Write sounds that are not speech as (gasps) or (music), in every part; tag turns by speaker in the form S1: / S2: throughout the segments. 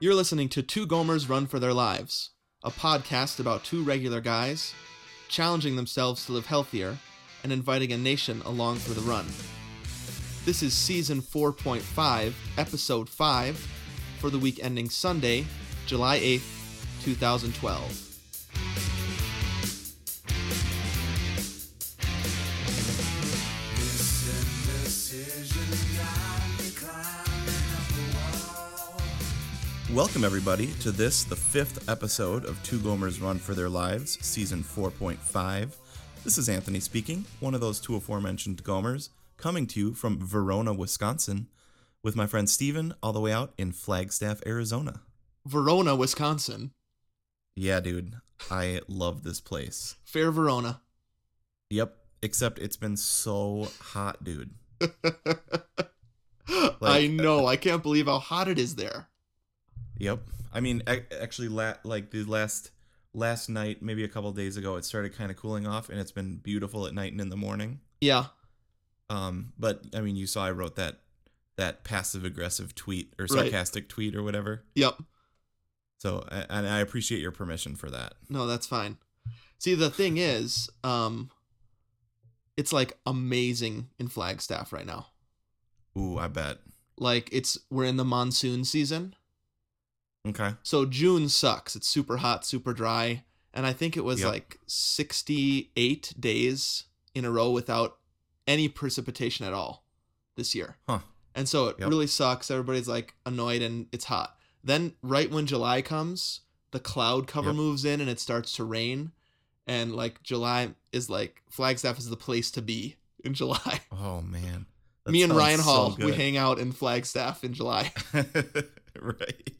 S1: You're listening to Two Gomers Run for Their Lives, a podcast about two regular guys challenging themselves to live healthier and inviting a nation along for the run. This is season 4.5, episode 5, for the week ending Sunday, July 8th, 2012.
S2: Welcome, everybody, to this, the fifth episode of Two Gomers Run for Their Lives, Season 4.5. This is Anthony speaking, one of those two aforementioned Gomers, coming to you from Verona, Wisconsin, with my friend Steven, all the way out in Flagstaff, Arizona.
S1: Verona, Wisconsin.
S2: Yeah, dude, I love this place.
S1: Fair Verona. (gasps)
S2: Yep, except it's been so hot, dude.
S1: I know. I can't believe how hot it is there.
S2: Yep. I mean, ac- actually, la- like the last last night, maybe a couple days ago, it started kind of cooling off, and it's been beautiful at night and in the morning.
S1: Yeah.
S2: Um, but I mean, you saw I wrote that that passive aggressive tweet or
S1: Right.
S2: sarcastic tweet or whatever.
S1: Yep.
S2: So, a- and I appreciate your permission for that.
S1: No, that's fine. See, the thing is, um, it's like amazing in Flagstaff right now.
S2: Ooh, I bet.
S1: Like it's we're in the monsoon season,
S2: Okay.
S1: so June sucks. It's super hot, super dry, and I think it was
S2: Yep.
S1: like 68 days in a row without any precipitation at all this year.
S2: Huh.
S1: And so it
S2: Yep.
S1: really sucks. Everybody's like annoyed and it's hot. Then right when July comes, the cloud cover
S2: Yep.
S1: moves in and it starts to rain. And like July is like Flagstaff is the place to be in July.
S2: Oh man.
S1: (laughs)
S2: That
S1: Me and
S2: sounds
S1: Ryan
S2: so
S1: Hall, we
S2: good.
S1: hang out in Flagstaff in July.
S2: (laughs) right.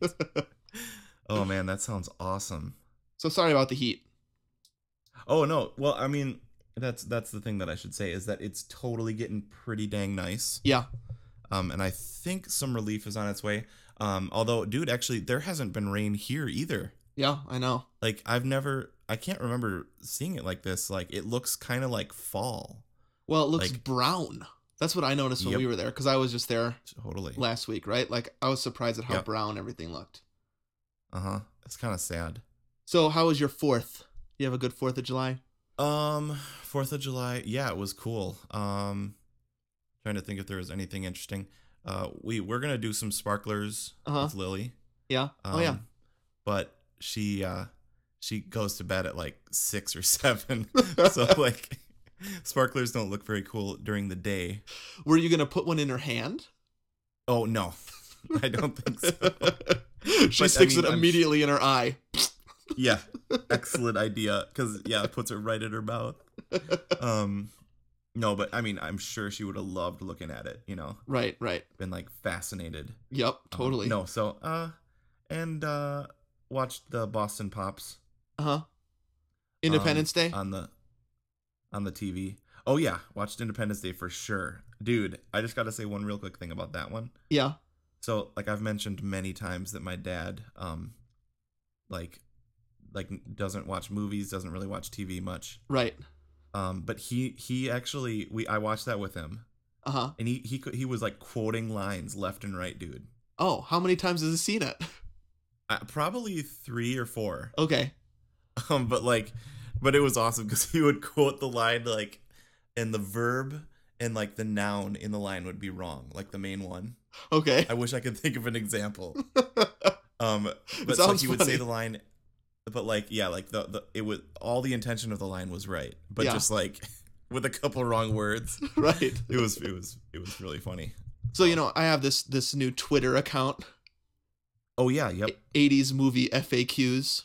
S2: oh man, that sounds awesome.
S1: So sorry about the heat.
S2: Oh no. Well, I mean, that's that's the thing that I should say is that it's totally getting pretty dang nice.
S1: Yeah.
S2: Um, and I think some relief is on its way. Um, although, dude, actually, there hasn't been rain here either.
S1: Yeah, I know.
S2: Like I've never, I can't remember seeing it like this. Like it looks kind of like fall.
S1: Well, it looks
S2: Like-
S1: brown. That's what I noticed when
S2: Yep.
S1: we were there because I was just there
S2: Totally.
S1: last week, right? Like I was surprised at how
S2: Yeah.
S1: brown everything looked.
S2: Uh huh. It's kind of sad.
S1: So how was your fourth? You have a good Fourth of July?
S2: Um, Fourth of July. Yeah, it was cool. Um, trying to think if there was anything interesting. Uh, we we're gonna do some sparklers
S1: Uh-huh.
S2: with Lily.
S1: Yeah. oh yeah.
S2: Um, But she uh she goes to bed at like six or (laughs) seven.
S1: (laughs)
S2: so like sparklers don't look very cool during the day.
S1: Were you gonna put one in her
S2: (laughs)
S1: hand? (laughs)
S2: Oh no. (laughs) I don't think so.
S1: she
S2: But, I
S1: sticks
S2: mean,
S1: it
S2: I'm-
S1: immediately in her eye. (laughs)
S2: Yeah. Excellent idea. Cause yeah, it puts it right in her mouth. Um no, but I mean I'm sure she would have loved looking at it, you know.
S1: Right, right.
S2: Been like fascinated.
S1: Yep,
S2: Um,
S1: totally.
S2: no, so uh and uh watched the Boston Pops. um,
S1: Uh huh. Independence Day.
S2: on the on the TV. Oh yeah, watched Independence Day for sure. Dude, I just got to say one real quick thing about that one.
S1: yeah.
S2: So, like I've mentioned many times that my dad um like like doesn't watch movies, doesn't really watch TV much.
S1: Right.
S2: Um but he he actually we I watched that with him
S1: Uh huh.
S2: and he he could, he was like quoting lines left and right, dude.
S1: Oh, how many times has he seen it? (laughs)
S2: Uh, probably 3 or 4.
S1: Okay.
S2: (laughs) Um, but like, but it was awesome because he would quote the line like, and the verb and like the noun in the line would be wrong, like the main one.
S1: Okay.
S2: I wish I could think of
S1: (laughs)
S2: an example. um, but so
S1: sounds
S2: he would say
S1: funny.
S2: the line, but like yeah, like the, the it was all the intention of the line was right, but
S1: Yeah.
S2: just like (laughs) with a couple wrong words,
S1: (laughs) right.
S2: it was it was it was really funny.
S1: So you know, I have this this new Twitter account,
S2: Oh yeah, yep,
S1: '80s movie FAQs.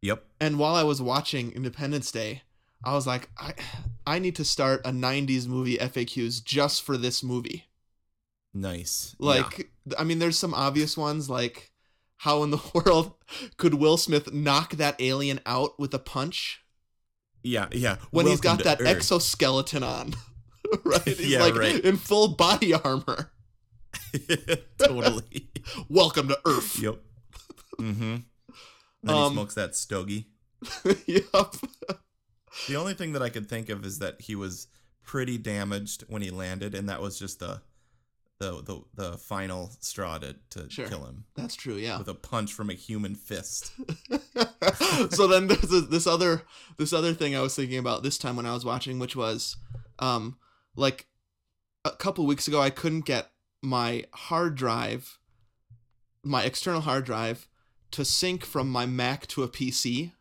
S2: yep.
S1: And while I was watching Independence Day, I was like, I I need to start a '90s movie FAQs just for this movie.
S2: Nice. Yeah.
S1: Like, th- I mean, there's some obvious ones, like how in the (laughs) world could Will Smith knock that alien out with a punch
S2: yeah, yeah.
S1: when he's got
S2: Welcome to
S1: that
S2: Earth.
S1: exoskeleton on? (laughs) right? He's
S2: Yeah,
S1: like
S2: right.
S1: in full body armor.
S2: (laughs)
S1: (laughs)
S2: totally.
S1: Welcome to Earth.
S2: Yep. Mm-hmm. Then
S1: Um,
S2: he smokes that stogie.
S1: (laughs) yep.
S2: The only thing that I could think of is that he was pretty damaged when he landed, and that was just a the the, the final straw to, to
S1: Sure.
S2: kill him
S1: That's true, yeah.
S2: with a punch from a
S1: (laughs)
S2: human fist.
S1: so then there's this, this other this other thing I was thinking about this time when I was watching, which was, um, like a couple weeks ago I couldn't get my hard drive, my external hard drive, to sync from my Mac to a PC,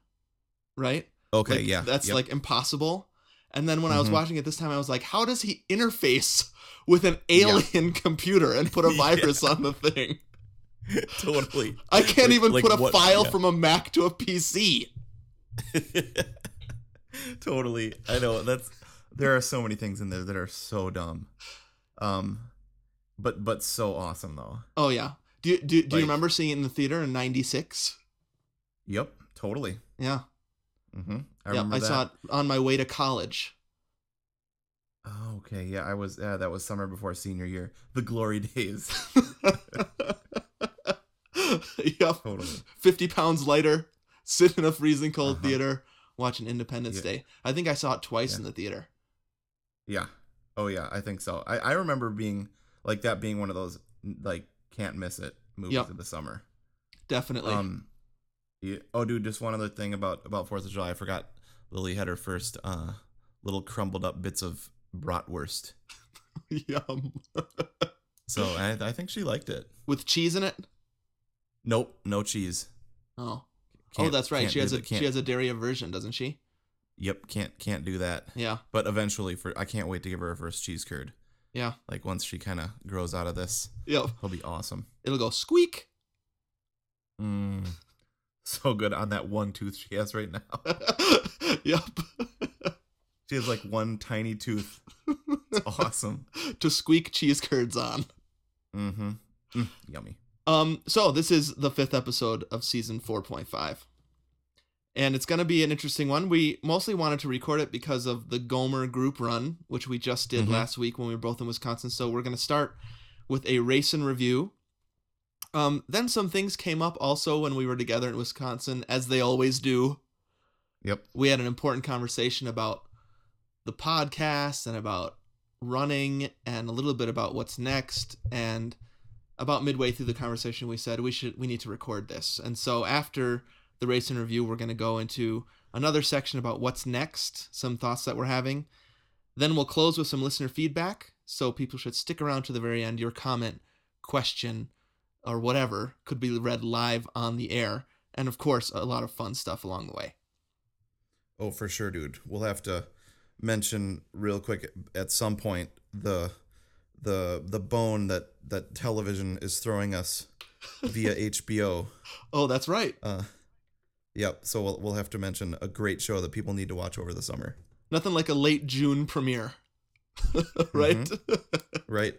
S1: right?
S2: Okay,
S1: Like,
S2: yeah,
S1: that's
S2: yep.
S1: like impossible. And then when I was
S2: Mhm.
S1: watching it this time, I was like, how does he interface (laughs) with an alien (laughs) computer and put a
S2: (laughs) Yeah.
S1: virus on the thing?
S2: (laughs) totally.
S1: I can't
S2: Like-
S1: even
S2: like
S1: put a
S2: what-
S1: file
S2: yeah.
S1: from a Mac to a PC.
S2: (laughs) totally. I know that's there are so many things in there that are so dumb. Um but but so awesome though.
S1: Oh yeah. Do you, do, do
S2: Like-
S1: you remember seeing it in the theater in 96?
S2: Yep, totally.
S1: Yeah.
S2: Mhm. I
S1: yeah,
S2: remember
S1: I
S2: that.
S1: saw it on my way to college. (laughs)
S2: Oh, okay. Yeah, I was yeah, that was summer before senior year. The glory (laughs) days.
S1: yep.
S2: Totally.
S1: 50 pounds lighter, sit in a freezing cold
S2: Uh-huh.
S1: theater, watching Independence
S2: Yeah.
S1: Day. I think I saw it twice
S2: Yeah.
S1: in the theater.
S2: Yeah. Oh yeah, I think so. I, I remember being like that being one of those like can't miss it movies
S1: Yep.
S2: of the summer.
S1: Definitely. (laughs)
S2: Um, yeah- oh, dude, just one other thing about about Fourth of July. I forgot Lily had her first uh, little crumbled up bits of bratwurst.
S1: Yum. (laughs)
S2: So I, I think she liked it.
S1: With cheese in it?
S2: Nope, no cheese.
S1: Oh. oh,
S2: Can't-
S1: that's right.
S2: can't
S1: She has
S2: do
S1: a
S2: that. Can't-
S1: she has a dairy aversion, doesn't she?
S2: Yep, can't can't do that.
S1: Yeah.
S2: But eventually, for I can't wait to give her her first cheese curd.
S1: Yeah.
S2: Like once she kind of grows out of this,
S1: Yep.
S2: it'll be awesome.
S1: It'll go squeak. (laughs)
S2: Mm, (laughs) so good on that one tooth she has right now. (laughs)
S1: yep.
S2: She has like one tiny tooth.
S1: (laughs)
S2: It's awesome.
S1: to squeak cheese curds on.
S2: Mm-hmm. Mm, yummy.
S1: Um, so this is the fifth episode of season 4.5. And it's gonna be an interesting one. We mostly wanted to record it because of the Gomer group run, which we just did
S2: Mhm.
S1: last week when we were both in Wisconsin. So we're gonna start with a race and review. Um, then some things came up also when we were together in Wisconsin, as they always do.
S2: Yep.
S1: We had an important conversation about the podcast and about running and a little bit about what's next and about midway through the conversation we said we should we need to record this and so after the race and review we're going to go into another section about what's next some thoughts that we're having then we'll close with some listener feedback so people should stick around to the very end your comment question or whatever could be read live on the air and of course a lot of fun stuff along the way
S2: Oh, for sure, dude. We'll have to mention real quick at some point the the the bone that that television is throwing us via HBO.
S1: oh that's right
S2: Uh, yep. So we'll we'll have to mention a great show that people need to watch over the summer,
S1: nothing like a late june premiere (laughs)
S2: Mm-hmm.
S1: right
S2: right?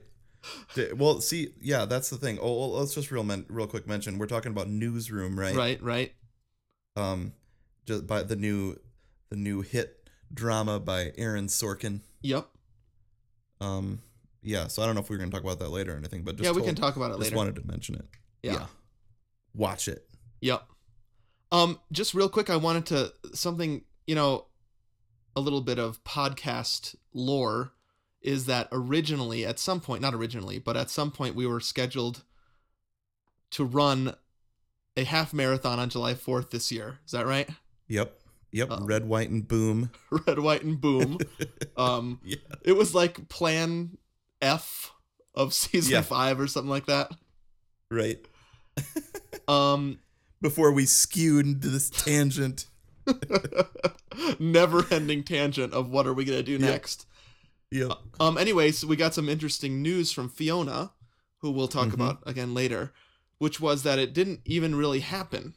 S2: D- well, see, yeah, that's the thing. Oh, well, let's just real men- real quick mention we're talking about Newsroom, right?
S1: right right
S2: Um, just by the new the new hit drama by Aaron Sorkin.
S1: yep
S2: Um, yeah, so I don't know if we are going to talk about that later or anything, but just
S1: yeah we
S2: told-
S1: can talk about it
S2: Just
S1: later
S2: wanted to mention it.
S1: Yeah.
S2: watch it.
S1: Yep. Um, just real quick, I wanted to something you know, a little bit of podcast lore is that originally at some point, not originally, but at some point we were scheduled to run a half marathon on July 4th this year. Is that right?
S2: Yep, yep.
S1: Uh-oh.
S2: Red, white, and boom.
S1: (laughs) Red, white, and
S2: (laughs)
S1: boom. Um,
S2: Yeah.
S1: it was like plan F of season
S2: Yeah.
S1: five or something like that.
S2: Right
S1: Um, (laughs)
S2: before we skewed into this (laughs) tangent.
S1: never ending tangent of what are we going to do
S2: Yeah.
S1: next.
S2: Yep.
S1: Um. Anyways, we got some interesting news from Fiona, who we'll talk
S2: Mhm.
S1: about again later, which was that it didn't even really happen.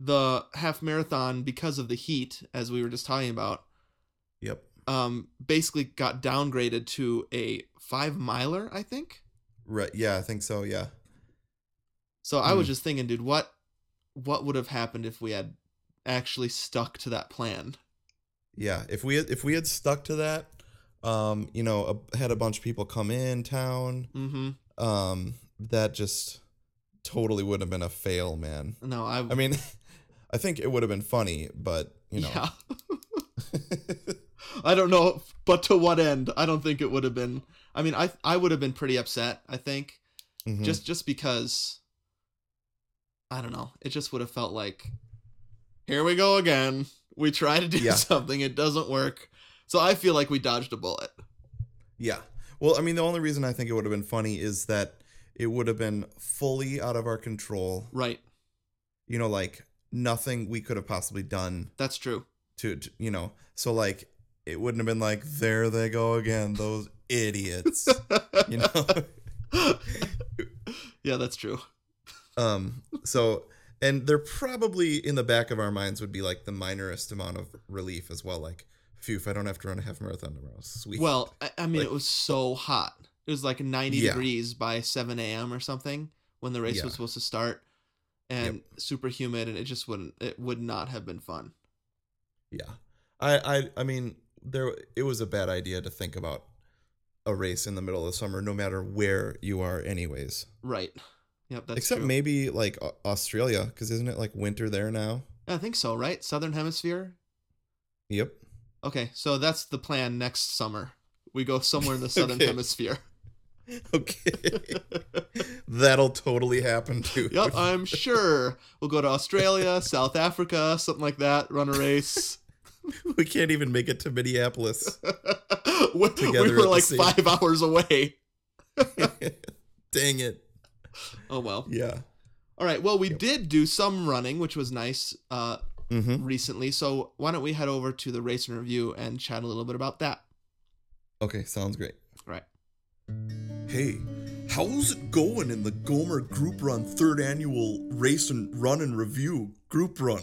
S1: The half marathon, because of the heat, as we were just talking about,
S2: Yep.
S1: um, basically got downgraded to a five miler, I think.
S2: Right. Yeah, I think so. Yeah.
S1: So I was
S2: Hmm.
S1: just thinking, dude, what what would have happened if we had actually stuck to that plan?
S2: Yeah. If we had, if we had stuck to that, um, you know, a, had a bunch of people come in town,
S1: Mm-hmm.
S2: um, that just totally would have been a fail, man.
S1: No, I.
S2: I mean, (laughs) I think it would have been funny, but you know.
S1: (laughs)
S2: (laughs)
S1: Yeah. I don't know, but to what end? I don't think it would have been. I mean, I I would have been pretty upset. I think
S2: Mhm.
S1: just just because I don't know, it just would have felt like here we go again. We try to do
S2: Yeah.
S1: (laughs) something, it doesn't work. So I feel like we dodged a bullet.
S2: Yeah. Well, I mean, the only reason I think it would have been funny is that it would have been fully out of our control.
S1: Right.
S2: You know, like nothing we could have possibly done
S1: That's true.
S2: to, to you know, so like it wouldn't have been like, there they go again, those idiots. you know? (laughs)
S1: (laughs) yeah, that's true.
S2: Um, so, and they're probably in the back of our minds would be like the minorest amount of relief as well. Like, phew, if I don't have to run a half marathon tomorrow, (laughs) sweet.
S1: Well, I, I mean,
S2: Like-
S1: it was so hot. It was like 90
S2: Yeah.
S1: degrees by 7 a.m. or something when the race
S2: Yeah.
S1: was supposed to start, and super humid, and it just wouldn't. It would not have been fun.
S2: Yeah. I, I I mean there it was a bad idea to think about a race in the middle of summer no matter where you are anyways.
S1: Right. Yep. That's
S2: Except
S1: true.
S2: maybe like Au- Australia cuz isn't it like winter there now?
S1: I think so. Right. Southern Hemisphere.
S2: Yep. (laughs)
S1: Okay, so that's the plan next summer. We go somewhere in
S2: (laughs)
S1: the southern
S2: Okay.
S1: hemisphere. (laughs)
S2: Okay. That'll totally happen too.
S1: Yep, I'm sure. We'll go to Australia, South Africa, something like that, run a race.
S2: (laughs)
S1: (laughs)
S2: We can't even make it to Minneapolis. (laughs)
S1: we,
S2: Together
S1: we
S2: at
S1: were
S2: the
S1: like
S2: same-
S1: five (laughs) hours away.
S2: Dang it.
S1: Oh well.
S2: Yeah.
S1: All right. Well, we did do some running, which was nice uh,
S2: Mhm.
S1: recently. So why don't we head over to the race and review and chat a little bit about that?
S2: Okay, sounds great.
S1: All right.
S2: Hey, how's it going in the Gomer Group Run third annual race and run and review group run?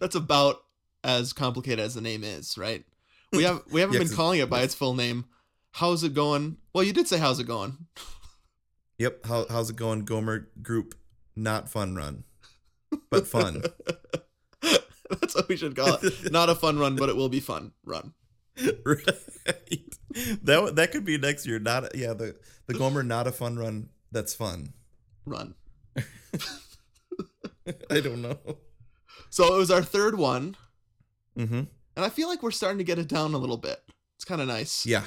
S1: That's about as complicated as the name is, right? We have we
S2: (laughs)
S1: haven't
S2: Yeah,
S1: been
S2: 'cause-
S1: calling it by its full name. How's it going? Well, you did say how's it going. (laughs)
S2: Yep. How, how's it going, Gomer Group? Not fun run, but (laughs) fun.
S1: That's what we should call
S2: (laughs)
S1: it. Not a fun run, but it will be fun run.
S2: right. That that could be next year. Not yeah. The the Gomer not a fun run. That's fun.
S1: Run.
S2: I don't know.
S1: So it was our third one,
S2: Mm-hmm.
S1: and I feel like we're starting to get it down a little bit. It's kind of nice.
S2: Yeah.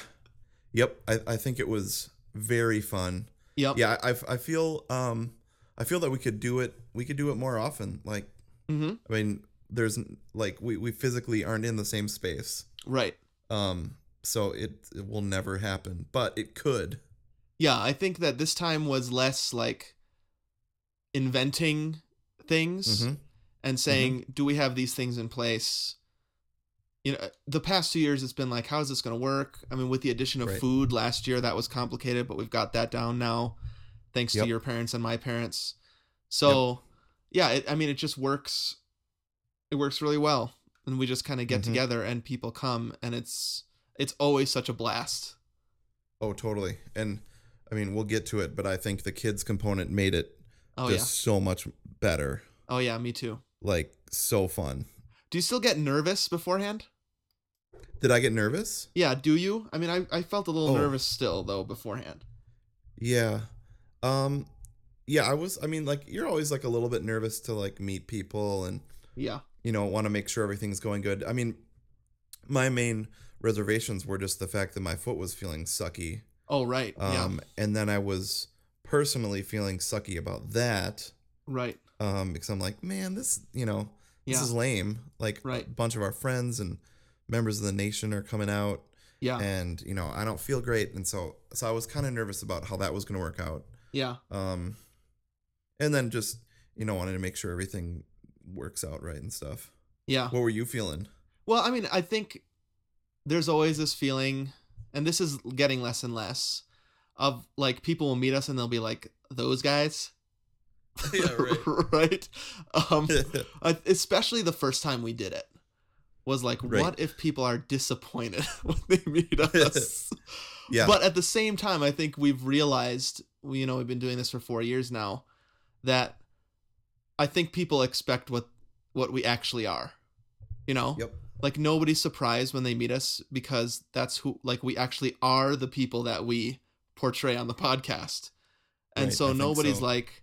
S2: Yep. I, I think it was very fun.
S1: Yep.
S2: Yeah. I, I feel um I feel that we could do it. We could do it more often. Like
S1: hmm
S2: I mean, there's like we, we physically aren't in the same space.
S1: Right.
S2: Um, so it, it will never happen, but it could.
S1: Yeah, I think that this time was less like inventing things
S2: Mm-hmm.
S1: and saying, "Do we have these things in place?" You know, uh, the past two years it's been like, "How is this going to work?" I mean, with the addition of
S2: Right.
S1: food last year, that was complicated, but we've got that down now, thanks
S2: Yep.
S1: to your parents and my parents. So, yeah, it, I mean, it just works. It works really well, and we just kind of get
S2: Mhm.
S1: together, and people come, and it's it's always such a blast.
S2: Oh, totally. And I mean, we'll get to it, but I think the kids component made it
S1: Oh
S2: just so much better.
S1: yeah, oh yeah, me too.
S2: Like so fun.
S1: Do you still get nervous beforehand?
S2: Did I get nervous?
S1: Yeah, do you? I mean, I, I felt a little
S2: Oh.
S1: nervous still though beforehand.
S2: Yeah. Um yeah, I was I mean like you're always like a little bit nervous to like meet people and
S1: Yeah.
S2: you know, want to make sure everything's going good. I mean, my main reservations were just the fact that my foot was feeling sucky.
S1: Oh right. yeah.
S2: Um, And then I was personally feeling sucky about that
S1: Right.
S2: um, because I'm like, man, this, you know, this
S1: Yeah.
S2: is lame. Like a
S1: Right.
S2: bunch of our friends and members of the nation are coming out
S1: Yeah.
S2: and, you know, I don't feel great. And so, so I was kind of nervous about how that was going to work out.
S1: yeah.
S2: Um, and then just, you know, wanted to make sure everything works out right and stuff.
S1: Yeah.
S2: What were you feeling?
S1: Well, I mean, I think there's always this feeling, and this is getting less and less, of like people will meet us and they'll be like, those guys. (laughs) right. Um, I- especially the first time we did it was like,
S2: Right.
S1: what if people are disappointed (laughs) when they
S2: (laughs)
S1: meet us?
S2: (laughs) yeah.
S1: But at the same time, I think we've realized, you know, we've been doing this for four years now, that I think people expect what what we actually are. You know,
S2: yep.
S1: like nobody's surprised when they meet us because that's who, like, we actually are the people that we portray on the podcast, and
S2: Right, I
S1: so
S2: think
S1: nobody's
S2: so.
S1: like,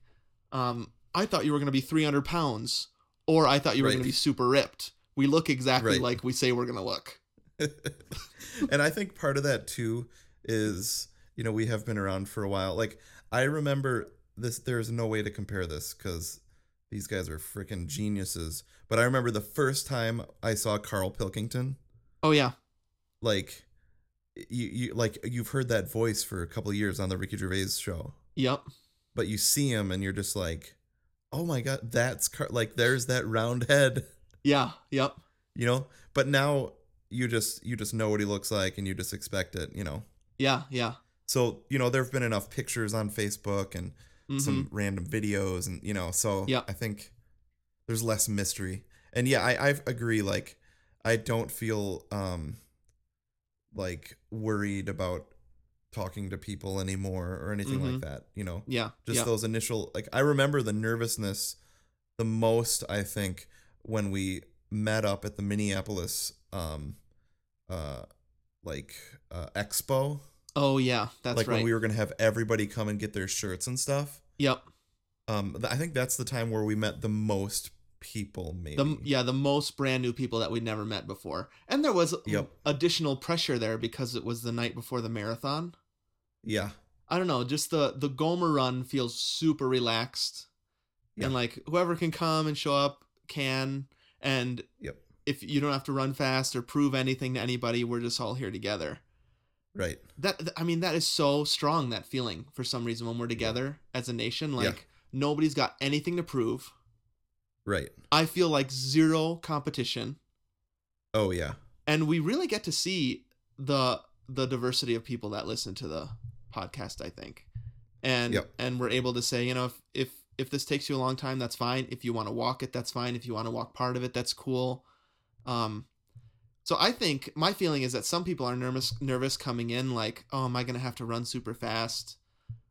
S1: um, "I thought you were going to be 300 pounds," or "I thought you were
S2: Right.
S1: going to be super ripped." We look exactly
S2: Right.
S1: like we say we're going to look.
S2: (laughs) and I think part of that too is you know we have been around for a while. Like I remember this. There's no way to compare this because these guys are freaking geniuses. But I remember the first time I saw Carl Pilkington.
S1: Oh yeah,
S2: Like you, you like you've heard that voice for a couple of years on the Ricky Gervais show,
S1: yep.
S2: but you see him and you're just like, oh my god, that's Car-. like there's that round head.
S1: Yeah, yep.
S2: you know but now you just you just know what he looks like and you just expect it you know
S1: Yeah, yeah.
S2: so you know there have been enough pictures on facebook and
S1: Mhm.
S2: some random videos and you know so
S1: Yeah.
S2: i think there's less mystery and yeah i i agree like i don't feel um like worried about talking to people anymore or anything like
S1: Mhm.
S2: that you know
S1: Yeah.
S2: just
S1: yeah.
S2: those initial like i remember the nervousness the most i think when we met up at the minneapolis um uh like uh expo
S1: oh yeah, that's
S2: like
S1: right.
S2: when we were gonna have everybody come and get their shirts and stuff
S1: yep.
S2: um th- i think that's the time where we met the most people maybe
S1: The yeah, the most brand new people that we'd never met before. And there was
S2: Yep.
S1: additional pressure there because it was the night before the marathon.
S2: yeah
S1: I don't know, just the the Gomer run feels super relaxed.
S2: Yeah.
S1: And like whoever can come and show up can and
S2: Yep.
S1: if you don't have to run fast or prove anything to anybody, we're just all here together.
S2: right
S1: That th- I mean that is so strong that feeling for some reason when we're together as a nation like
S2: Yeah.
S1: nobody's got anything to prove.
S2: right
S1: I feel like zero competition
S2: oh
S1: (laughs)
S2: yeah
S1: and we really get to see the the diversity of people that listen to the podcast i think and
S2: Yep.
S1: and we're able to say you know if if if this takes you a long time that's fine if you want to walk it that's fine if you want to walk part of it that's cool um so i think my feeling is that some people are nervous nervous coming in like oh am i going to have to run super fast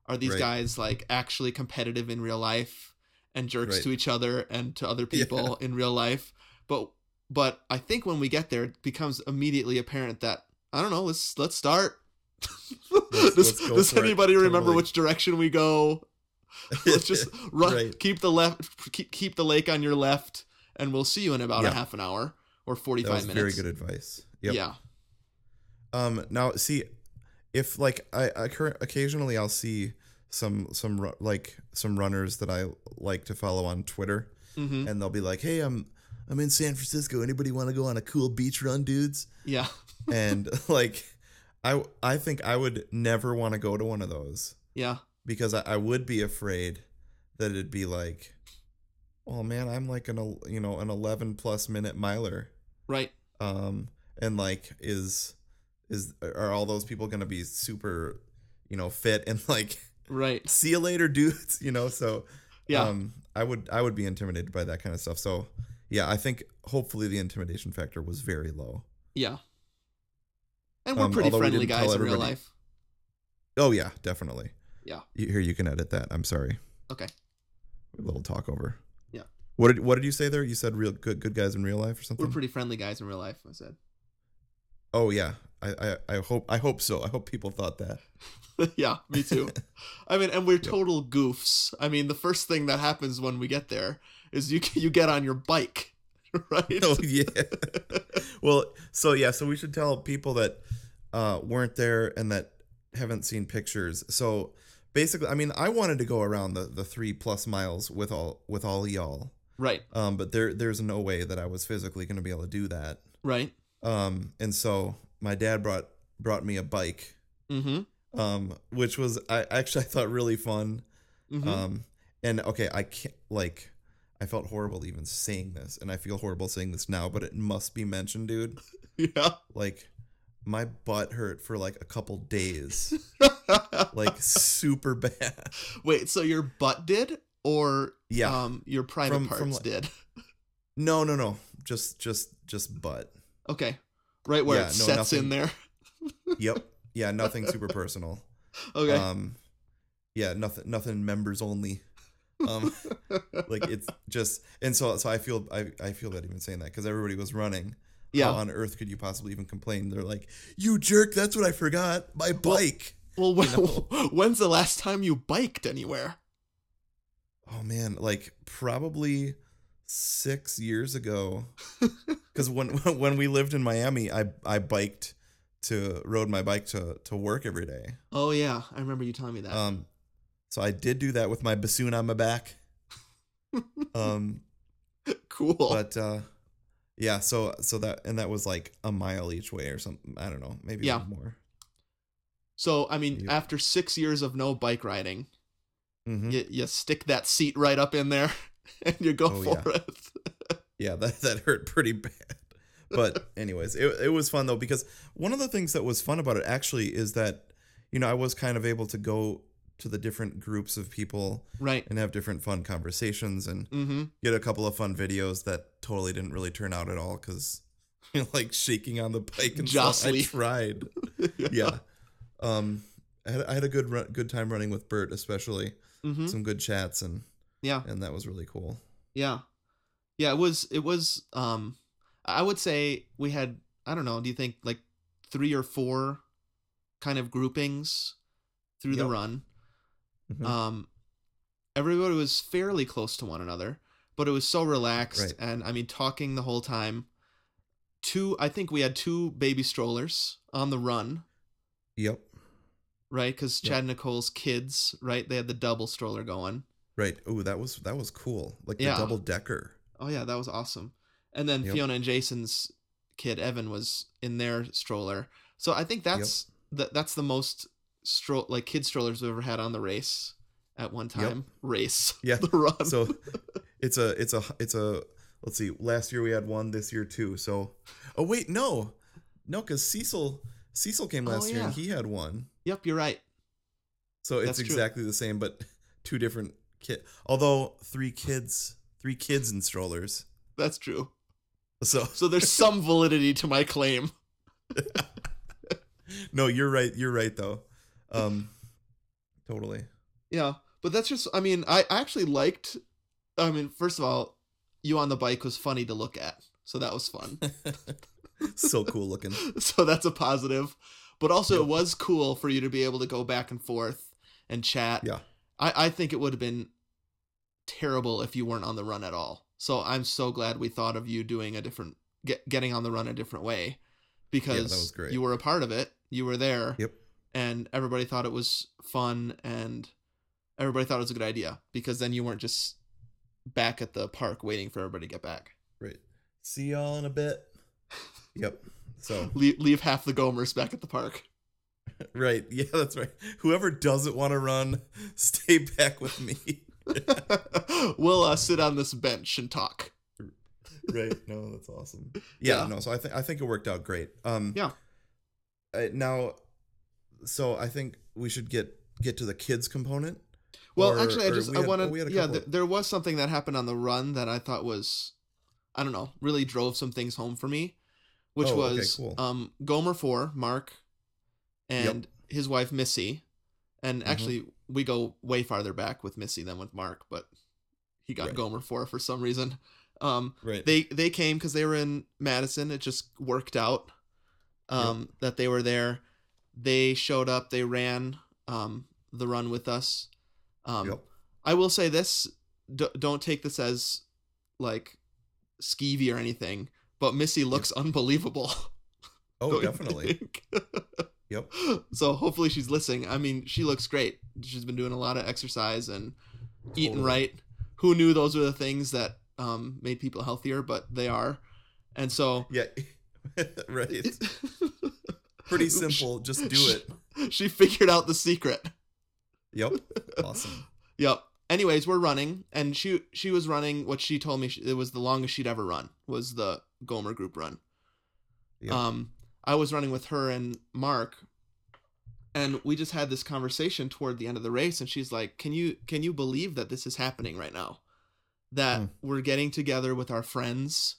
S1: are these
S2: Right.
S1: guys like actually competitive in real life and jerks
S2: Right.
S1: to each other and to other
S2: Yeah. (laughs)
S1: people in real life but but I think when we get there, it becomes immediately apparent that I don't know. Let's let's start. (laughs) does
S2: Let's- let's go
S1: does
S2: for it,
S1: anybody remember
S2: totally.
S1: which direction we
S2: (laughs)
S1: go? Let's just run.
S2: Right.
S1: Keep the left. Keep keep the lake on your left, and we'll see you in about
S2: Yeah.
S1: a half an hour or
S2: that
S1: forty
S2: was
S1: five minutes.
S2: very good advice yep
S1: Yeah.
S2: Um. Now, see, if like I, I cur- occasionally I'll see some some ru- like some runners that I like to follow on Twitter,
S1: hmm
S2: and they'll be like, "Hey, I'm I'm in San Francisco. Anybody want to go on a cool beach run, dudes?"
S1: Yeah.
S2: and (laughs) like, I I think I would never want to go to one of those
S1: Yeah.
S2: because I, I would be afraid that it'd be like, "Oh man, I'm like an el- you know an 11 plus minute miler."
S1: Right.
S2: um and like is is are all those people gonna be super you know fit and like (laughs)
S1: Right.
S2: see you later dudes you know so
S1: Yeah.
S2: um i would i would be intimidated by that kind of stuff so yeah i think hopefully the intimidation factor was very low
S1: yeah. And we're
S2: um,
S1: pretty
S2: although we
S1: friendly
S2: didn't tell
S1: guys in real
S2: everybody-
S1: life.
S2: oh yeah definitely
S1: Yeah.
S2: You- here you can edit that i'm sorry
S1: Okay.
S2: a little talk over
S1: Yeah.
S2: what did what did you say there you said real good good guys in real life or something
S1: We're pretty friendly guys in real life. I said.
S2: oh yeah I, I i hope i hope so i hope people thought that
S1: (laughs) yeah, me too.
S2: (laughs)
S1: I mean, and we're total goofs. I mean, the first thing that happens when we get there is you (laughs) you get on your bike, (laughs) right?
S2: (laughs) oh yeah well so yeah so we should tell people that uh weren't there and that haven't seen pictures so basically i mean i wanted to go around the the three plus miles with all with all y'all
S1: Right,
S2: um but there there's no way that i was physically going to be able to do that
S1: right.
S2: um and so my dad brought brought me a bike
S1: Mm-hmm.
S2: um which was i actually i thought really fun
S1: Mm-hmm. (laughs)
S2: um, and okay, I can't like. I felt horrible even saying this, and I feel horrible saying this now, but it must be mentioned, dude.
S1: yeah.
S2: Like, my butt hurt for like a couple days, like super bad.
S1: (laughs) Wait, so your butt did, or
S2: Yeah.
S1: um, your private
S2: From- from
S1: parts
S2: like-
S1: did? (laughs)
S2: no, no, no. Just, just, just butt.
S1: Okay, right where
S2: Yeah,
S1: it
S2: no,
S1: sets in
S2: nothing.
S1: there. (laughs)
S2: Yep. Yeah. Nothing super personal.
S1: Okay.
S2: Um, yeah. Nothing. Nothing. Members only.
S1: (laughs)
S2: Um, like it's just, and so, so I feel, I, I feel bad even saying that because everybody was running.
S1: yeah.
S2: How on earth could you possibly even complain? They're like, you jerk, that's what I forgot. My bike.
S1: well, when, (laughs)
S2: know. (laughs)
S1: when's the last time you biked anywhere? (laughs)
S2: oh man, like probably six years ago. Because when (laughs) when we lived in Miami, I I biked to rode my bike to to work every day.
S1: Oh yeah, I remember you telling me that.
S2: Um, so I did do that with my bassoon on my back. um,
S1: (laughs) cool.
S2: but uh, yeah, so so that and that was like a mile each way or something. I don't know, maybe
S1: Yeah.
S2: yeah. more.
S1: so I mean,
S2: Yep.
S1: after six years of no bike riding,
S2: Mhm.
S1: you, you stick that seat right up in there, (laughs) and you go
S2: Oh,
S1: for
S2: yeah.
S1: it. (laughs)
S2: Yeah, (laughs) that, that hurt pretty bad. But anyways, it, it was fun though because one of the things that was fun about it actually is that you know I was kind of able to go to the different groups of people
S1: Right.
S2: and have different fun conversations and
S1: Mm-hmm.
S2: get a couple of fun videos that totally didn't really turn out at all (laughs) because you know, like shaking on the bike and stuff. I
S1: Jostly.
S2: tried. yeah, um, I had, I had a good run, good time running with Bert especially
S1: Mm-hmm.
S2: some good chats and
S1: Yeah.
S2: and that was really cool.
S1: Yeah. Yeah, it was it was um I would say we had I don't know, do you think like three or four kind of groupings through the
S2: Yep.
S1: run.
S2: Mhm.
S1: Um everybody was fairly close to one another, but it was so relaxed
S2: Right.
S1: and I mean talking the whole time. Two I think we had two baby strollers on the run,
S2: Yep.
S1: right? Cuz
S2: Yep.
S1: Chad and Nicole's kids, right? They had the double stroller going.
S2: Right. Oh, that was that was cool. Like
S1: Yeah.
S2: the double
S1: (laughs)
S2: decker.
S1: Oh yeah, that was awesome. And then
S2: Yep.
S1: Fiona and Jason's kid Evan was in their stroller. So I think that's that that's the most stroll like kid strollers we've ever had on the race at one
S2: Yep.
S1: time. (laughs) Race.
S2: Yeah.
S1: The run.
S2: So (laughs) it's a it's a it's a let's see. Last year we had one. This year two. So oh wait no no because Cecil Cecil came
S1: Oh,
S2: last year and
S1: yeah.
S2: he had one.
S1: yep, you're right.
S2: So it's
S1: That's true.
S2: exactly the same but two different kid. Although three kids three kids in strollers.
S1: That's true.
S2: So (laughs)
S1: So there's some validity to my claim.
S2: no, you're right. You're right though. Um, totally. (laughs)
S1: Yeah. But that's just I mean, I I actually liked I mean, first of all, you on the bike was funny to look at. So that was fun.
S2: so cool looking.
S1: (laughs) so that's a positive. But also,
S2: Yeah.
S1: it was cool for you to be able to go back and forth and chat.
S2: Yeah.
S1: I, I think it would have been terrible if you weren't on the run at all. So I'm so glad we thought of you doing a different, get, getting on the run a different way because
S2: was great.
S1: you were a part of it. You were there.
S2: Yep.
S1: And everybody thought it was fun and everybody thought it was a good idea because then you weren't just back at the park waiting for everybody to get back.
S2: Right. See y'all in a bit. Yep. So
S1: Leave, leave half the Gomers back at the park.
S2: right, (laughs) yeah, that's right. Whoever doesn't want to run, (laughs) stay back with me.
S1: (laughs) we'll uh, sit on this bench and talk.
S2: (laughs) right. No, that's awesome. Yeah.
S1: Yeah.
S2: No. So I think I think it worked out great. Um.
S1: Yeah.
S2: Uh, now, so I think we should get get to the kids component.
S1: Well,
S2: Or-
S1: actually, I
S2: or
S1: just
S2: we
S1: I
S2: had-
S1: wanted
S2: we had a
S1: yeah.
S2: couple
S1: Th-
S2: of-
S1: there was something that happened on the run that I thought was, I don't know, really drove some things home for me, which
S2: Oh, okay,
S1: was
S2: cool.
S1: um Gomer for Mark, and his wife Missy, and
S2: Mhm.
S1: actually we go way farther back with Missy than with Mark, but he got
S2: Right.
S1: Gomer for for some reason. Um,
S2: Right.
S1: they they came because they were in Madison. It just worked out um, that they were there. They showed up. They ran um, the run with us. Um,
S2: Yep.
S1: I will say this: d- don't take this as like skeevy or anything. But Missy looks (laughs) unbelievable.
S2: Oh,
S1: don't you (laughs)
S2: definitely.
S1: think?
S2: Yep.
S1: so hopefully she's listening. I mean, she looks great. She's been doing a lot of exercise and eating
S2: Totally.
S1: right. Who knew those were the things that um, made people healthier? But they are, and so
S2: Yeah. (laughs) right. Pretty simple. Just do
S1: (laughs)
S2: it.
S1: she figured out the secret. (laughs)
S2: Yep. Awesome.
S1: Yep. Anyways, we're running, and she she was running what she told me she, it was the longest she'd ever run was the Gomer group run.
S2: Yep.
S1: Um, I was running with her and Mark, and we just had this conversation toward the end of the race, and she's like, "Can you can you believe that this is happening right now? That
S2: Hmm.
S1: we're getting together with our friends,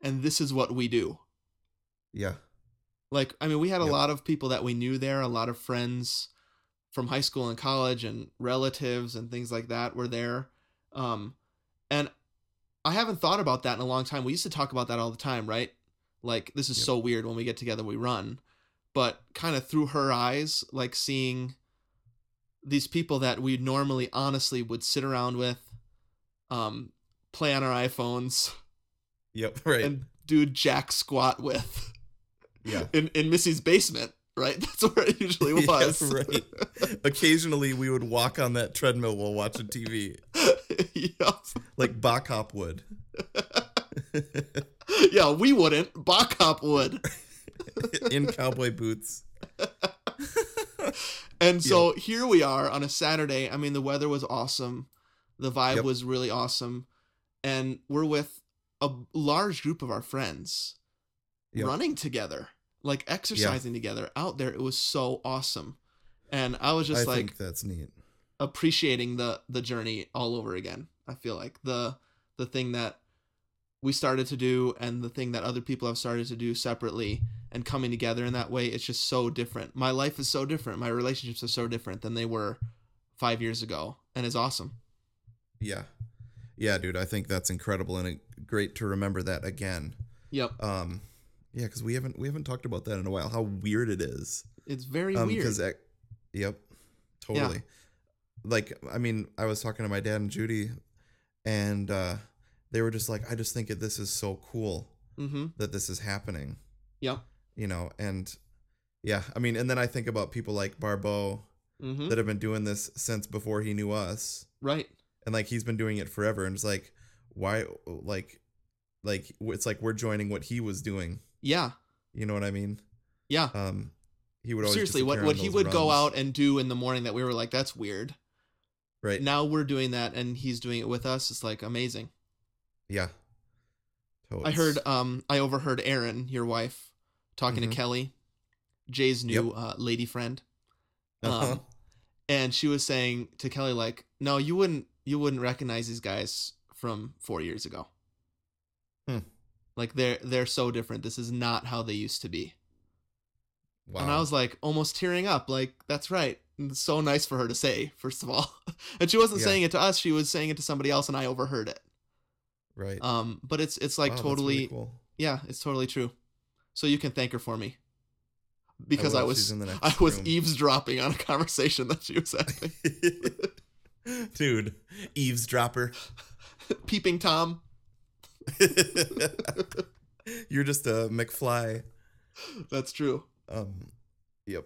S1: and this is what we do."
S2: Yeah.
S1: Like, I mean, we had a
S2: Yep.
S1: lot of people that we knew there, a lot of friends from high school and college and relatives and things like that were there. Um, and I haven't thought about that in a long time. We used to talk about that all the time, right? Like, this is
S2: Yep.
S1: so weird when we get together, we run. But kind of through her eyes, like seeing these people that we normally honestly would sit around with, um, play on our iPhones
S2: Yep. (laughs) Right.
S1: and dude jack squat with (laughs)
S2: Yeah.
S1: in, in Missy's basement, right? (laughs) That's where it usually
S2: (laughs) Yeah,
S1: was. (laughs)
S2: right. Occasionally, we would walk on that treadmill while watching TV,
S1: (laughs) Yup.
S2: like Bachop would.
S1: Yeah, we wouldn't. Bachop would.
S2: (laughs) in cowboy boots.
S1: And so here we are on a Saturday. I mean, the weather was awesome. The vibe
S2: Yep.
S1: was really awesome. And we're with a large group of our friends
S2: Yep.
S1: running together, like exercising together out there. It was so awesome. And I was just
S2: I
S1: like
S2: think that's neat.
S1: appreciating the the journey all over again. I feel like the the thing that we started to do and the thing that other people have started to do separately and coming together in that way it's just so different. My life is so different. My relationships are so different than they were 5 years ago and it's awesome.
S2: Yeah. Yeah, dude, I think that's incredible and uh, great to remember that again.
S1: Yep.
S2: Um yeah, cuz we haven't we haven't talked about that in a while. How weird it is.
S1: It's very
S2: Um
S1: weird.
S2: cuz yep. Totally. Like I mean, I was talking to my dad and Judy and uh they were just like I just think that this is so cool
S1: mhm.
S2: that this is happening.
S1: Yep.
S2: You know, and yeah, I mean, and then I think about people like Barbeau
S1: Mhm.
S2: that have been doing this since before he knew us
S1: Right.
S2: and like he's been doing it forever and it's like why like like it's like we're joining what he was doing
S1: Yeah.
S2: you know what i mean
S1: Yeah.
S2: um he would always
S1: Seriously, what
S2: disappear
S1: what
S2: on
S1: he
S2: those
S1: would go
S2: runs,
S1: out and do in the morning that we were like that's weird.
S2: right
S1: Now we're doing that and he's doing it with us. It's like amazing.
S2: yeah Totes.
S1: I heard um I overheard Erin, your wife, talking
S2: Mhm.
S1: to Kelly, Jay's new uh, lady friend, um,
S2: Uh-huh.
S1: and she was saying to Kelly like, "No, you wouldn't you wouldn't recognize these guys from 4 years ago."
S2: Hmm.
S1: Like they're they're so different. This is not how they used to be.
S2: wow
S1: And I was like almost tearing up like, "That's right." And it's so nice for her to say, first of all. (laughs) and she wasn't
S2: Yeah.
S1: saying it to us, she was saying it to somebody else and I overheard it.
S2: right
S1: Um but it's it's like
S2: Wow, that's really
S1: totally
S2: cool.
S1: yeah, it's totally true. So you can thank her for me. Because I,
S2: will. She's
S1: was
S2: in the next
S1: (laughs) I was e
S2: room.
S1: eavesdropping on a conversation that she was having.
S2: (laughs) dude eavesdropper (laughs)
S1: Peeping Tom.
S2: you're just a mcfly
S1: That's true.
S2: um yep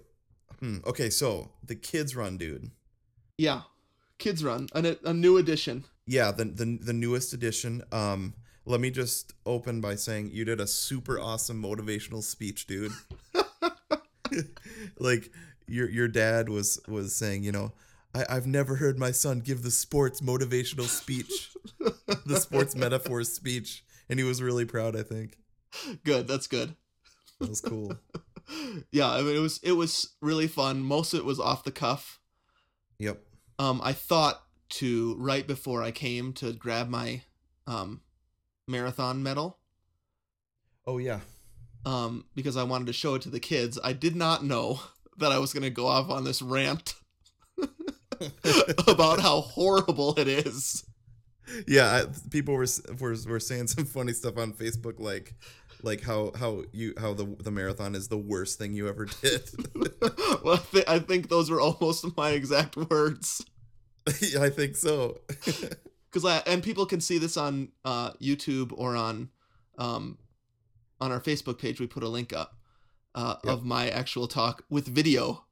S2: hmm. okay so the kids run dude
S1: Yeah. Kids Run, an, a new edition.
S2: yeah the, the the newest edition um let me just open by saying you did a super awesome motivational speech dude like your your dad was was saying you know I, i've never heard my son give the sports motivational speech the sports metaphor speech and he was really proud i think
S1: Good, that's good.
S2: that was cool
S1: Yeah, I mean it was it was really fun. Most of it was off the cuff.
S2: yep
S1: Um I thought to right before I came to grab my um marathon medal
S2: oh yeah
S1: um because I wanted to show it to the kids. I did not know (laughs) that I was going to go off on this rant (laughs) about how horrible it is. (laughs)
S2: yeah I, people were, s- were were saying some funny stuff on facebook like like how how you how the the marathon is the worst thing you ever did
S1: well, I, thi- I think those were almost (laughs) my exact words.
S2: yeah, (laughs) i think so
S1: Cause I, and people can see this on uh, YouTube or on um, on our Facebook page. We put a link up uh,
S2: Yep.
S1: of my actual talk with video.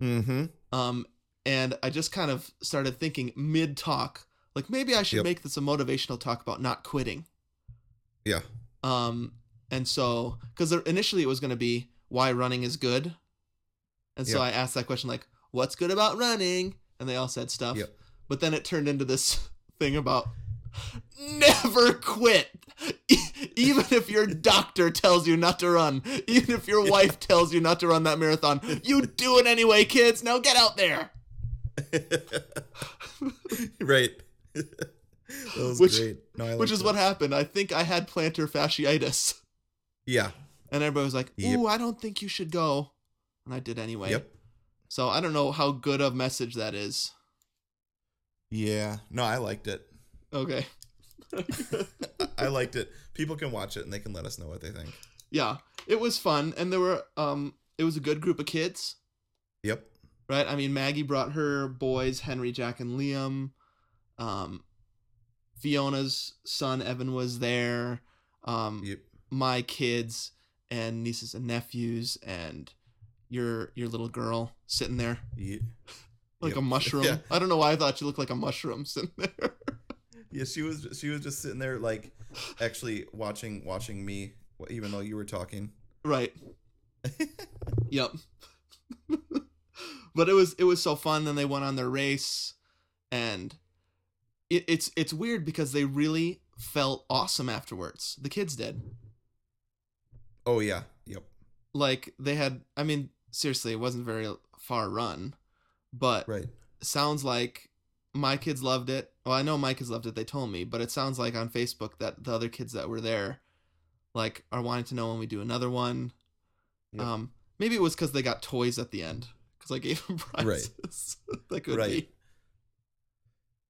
S2: mm-hmm
S1: Um, and I just kind of started thinking mid talk, like maybe I should
S2: Yep.
S1: make this a motivational talk about not quitting.
S2: yeah
S1: Um, and so, because initially it was going to be why running is good. And so
S2: Yeah.
S1: I asked that question, like, what's good about running? And they all said stuff.
S2: Yep.
S1: But then it turned into this (laughs) thing about never quit. E- (laughs) Even if your doctor tells you not to run, even if your wife tells you not to run that marathon, you do it anyway, kids. Now get out there.
S2: (laughs) right (laughs) that was
S1: Which-
S2: great no, I
S1: Which
S2: liked
S1: is
S2: it.
S1: what happened. I think I had plantar fasciitis.
S2: yeah
S1: And everybody was like,
S2: Yep.
S1: ooh, I don't think you should go. And I did anyway.
S2: yep
S1: So I don't know how good of message that is.
S2: yeah no i liked it
S1: (laughs)
S2: (laughs)
S1: Okay.
S2: i liked it people can watch it and they can let us know what they think
S1: yeah. It was fun and there were um it was a good group of kids,
S2: yep
S1: right? I mean Maggie brought her boys, Henry, Jack, and Liam. Um Fiona's son Evan was there. Um
S2: yep
S1: my kids and nieces and nephews and your your little girl sitting there
S2: Ye-
S1: like
S2: Yep.
S1: a mushroom.
S2: (laughs) Yeah.
S1: I don't know why I thought you looked like a mushroom sitting there.
S2: Yeah, she was she was just sitting there like actually watching watching me even though you were talking.
S1: right. yep. (laughs) but it was it was so fun. Then they went on their race, and it, it's it's weird because they really felt awesome afterwards. The kids did.
S2: Oh yeah. Yep.
S1: Like they had. I mean, seriously, it wasn't very far run, but
S2: Right.
S1: sounds like my kids loved it. Well, I know my kids loved it. They told me, but it sounds like on Facebook that the other kids that were there, like, are wanting to know when we do another one.
S2: Yeah.
S1: Um, maybe it was because they got toys at the end because I gave (laughs) them
S2: Right.
S1: prizes. that could
S2: Right.
S1: be.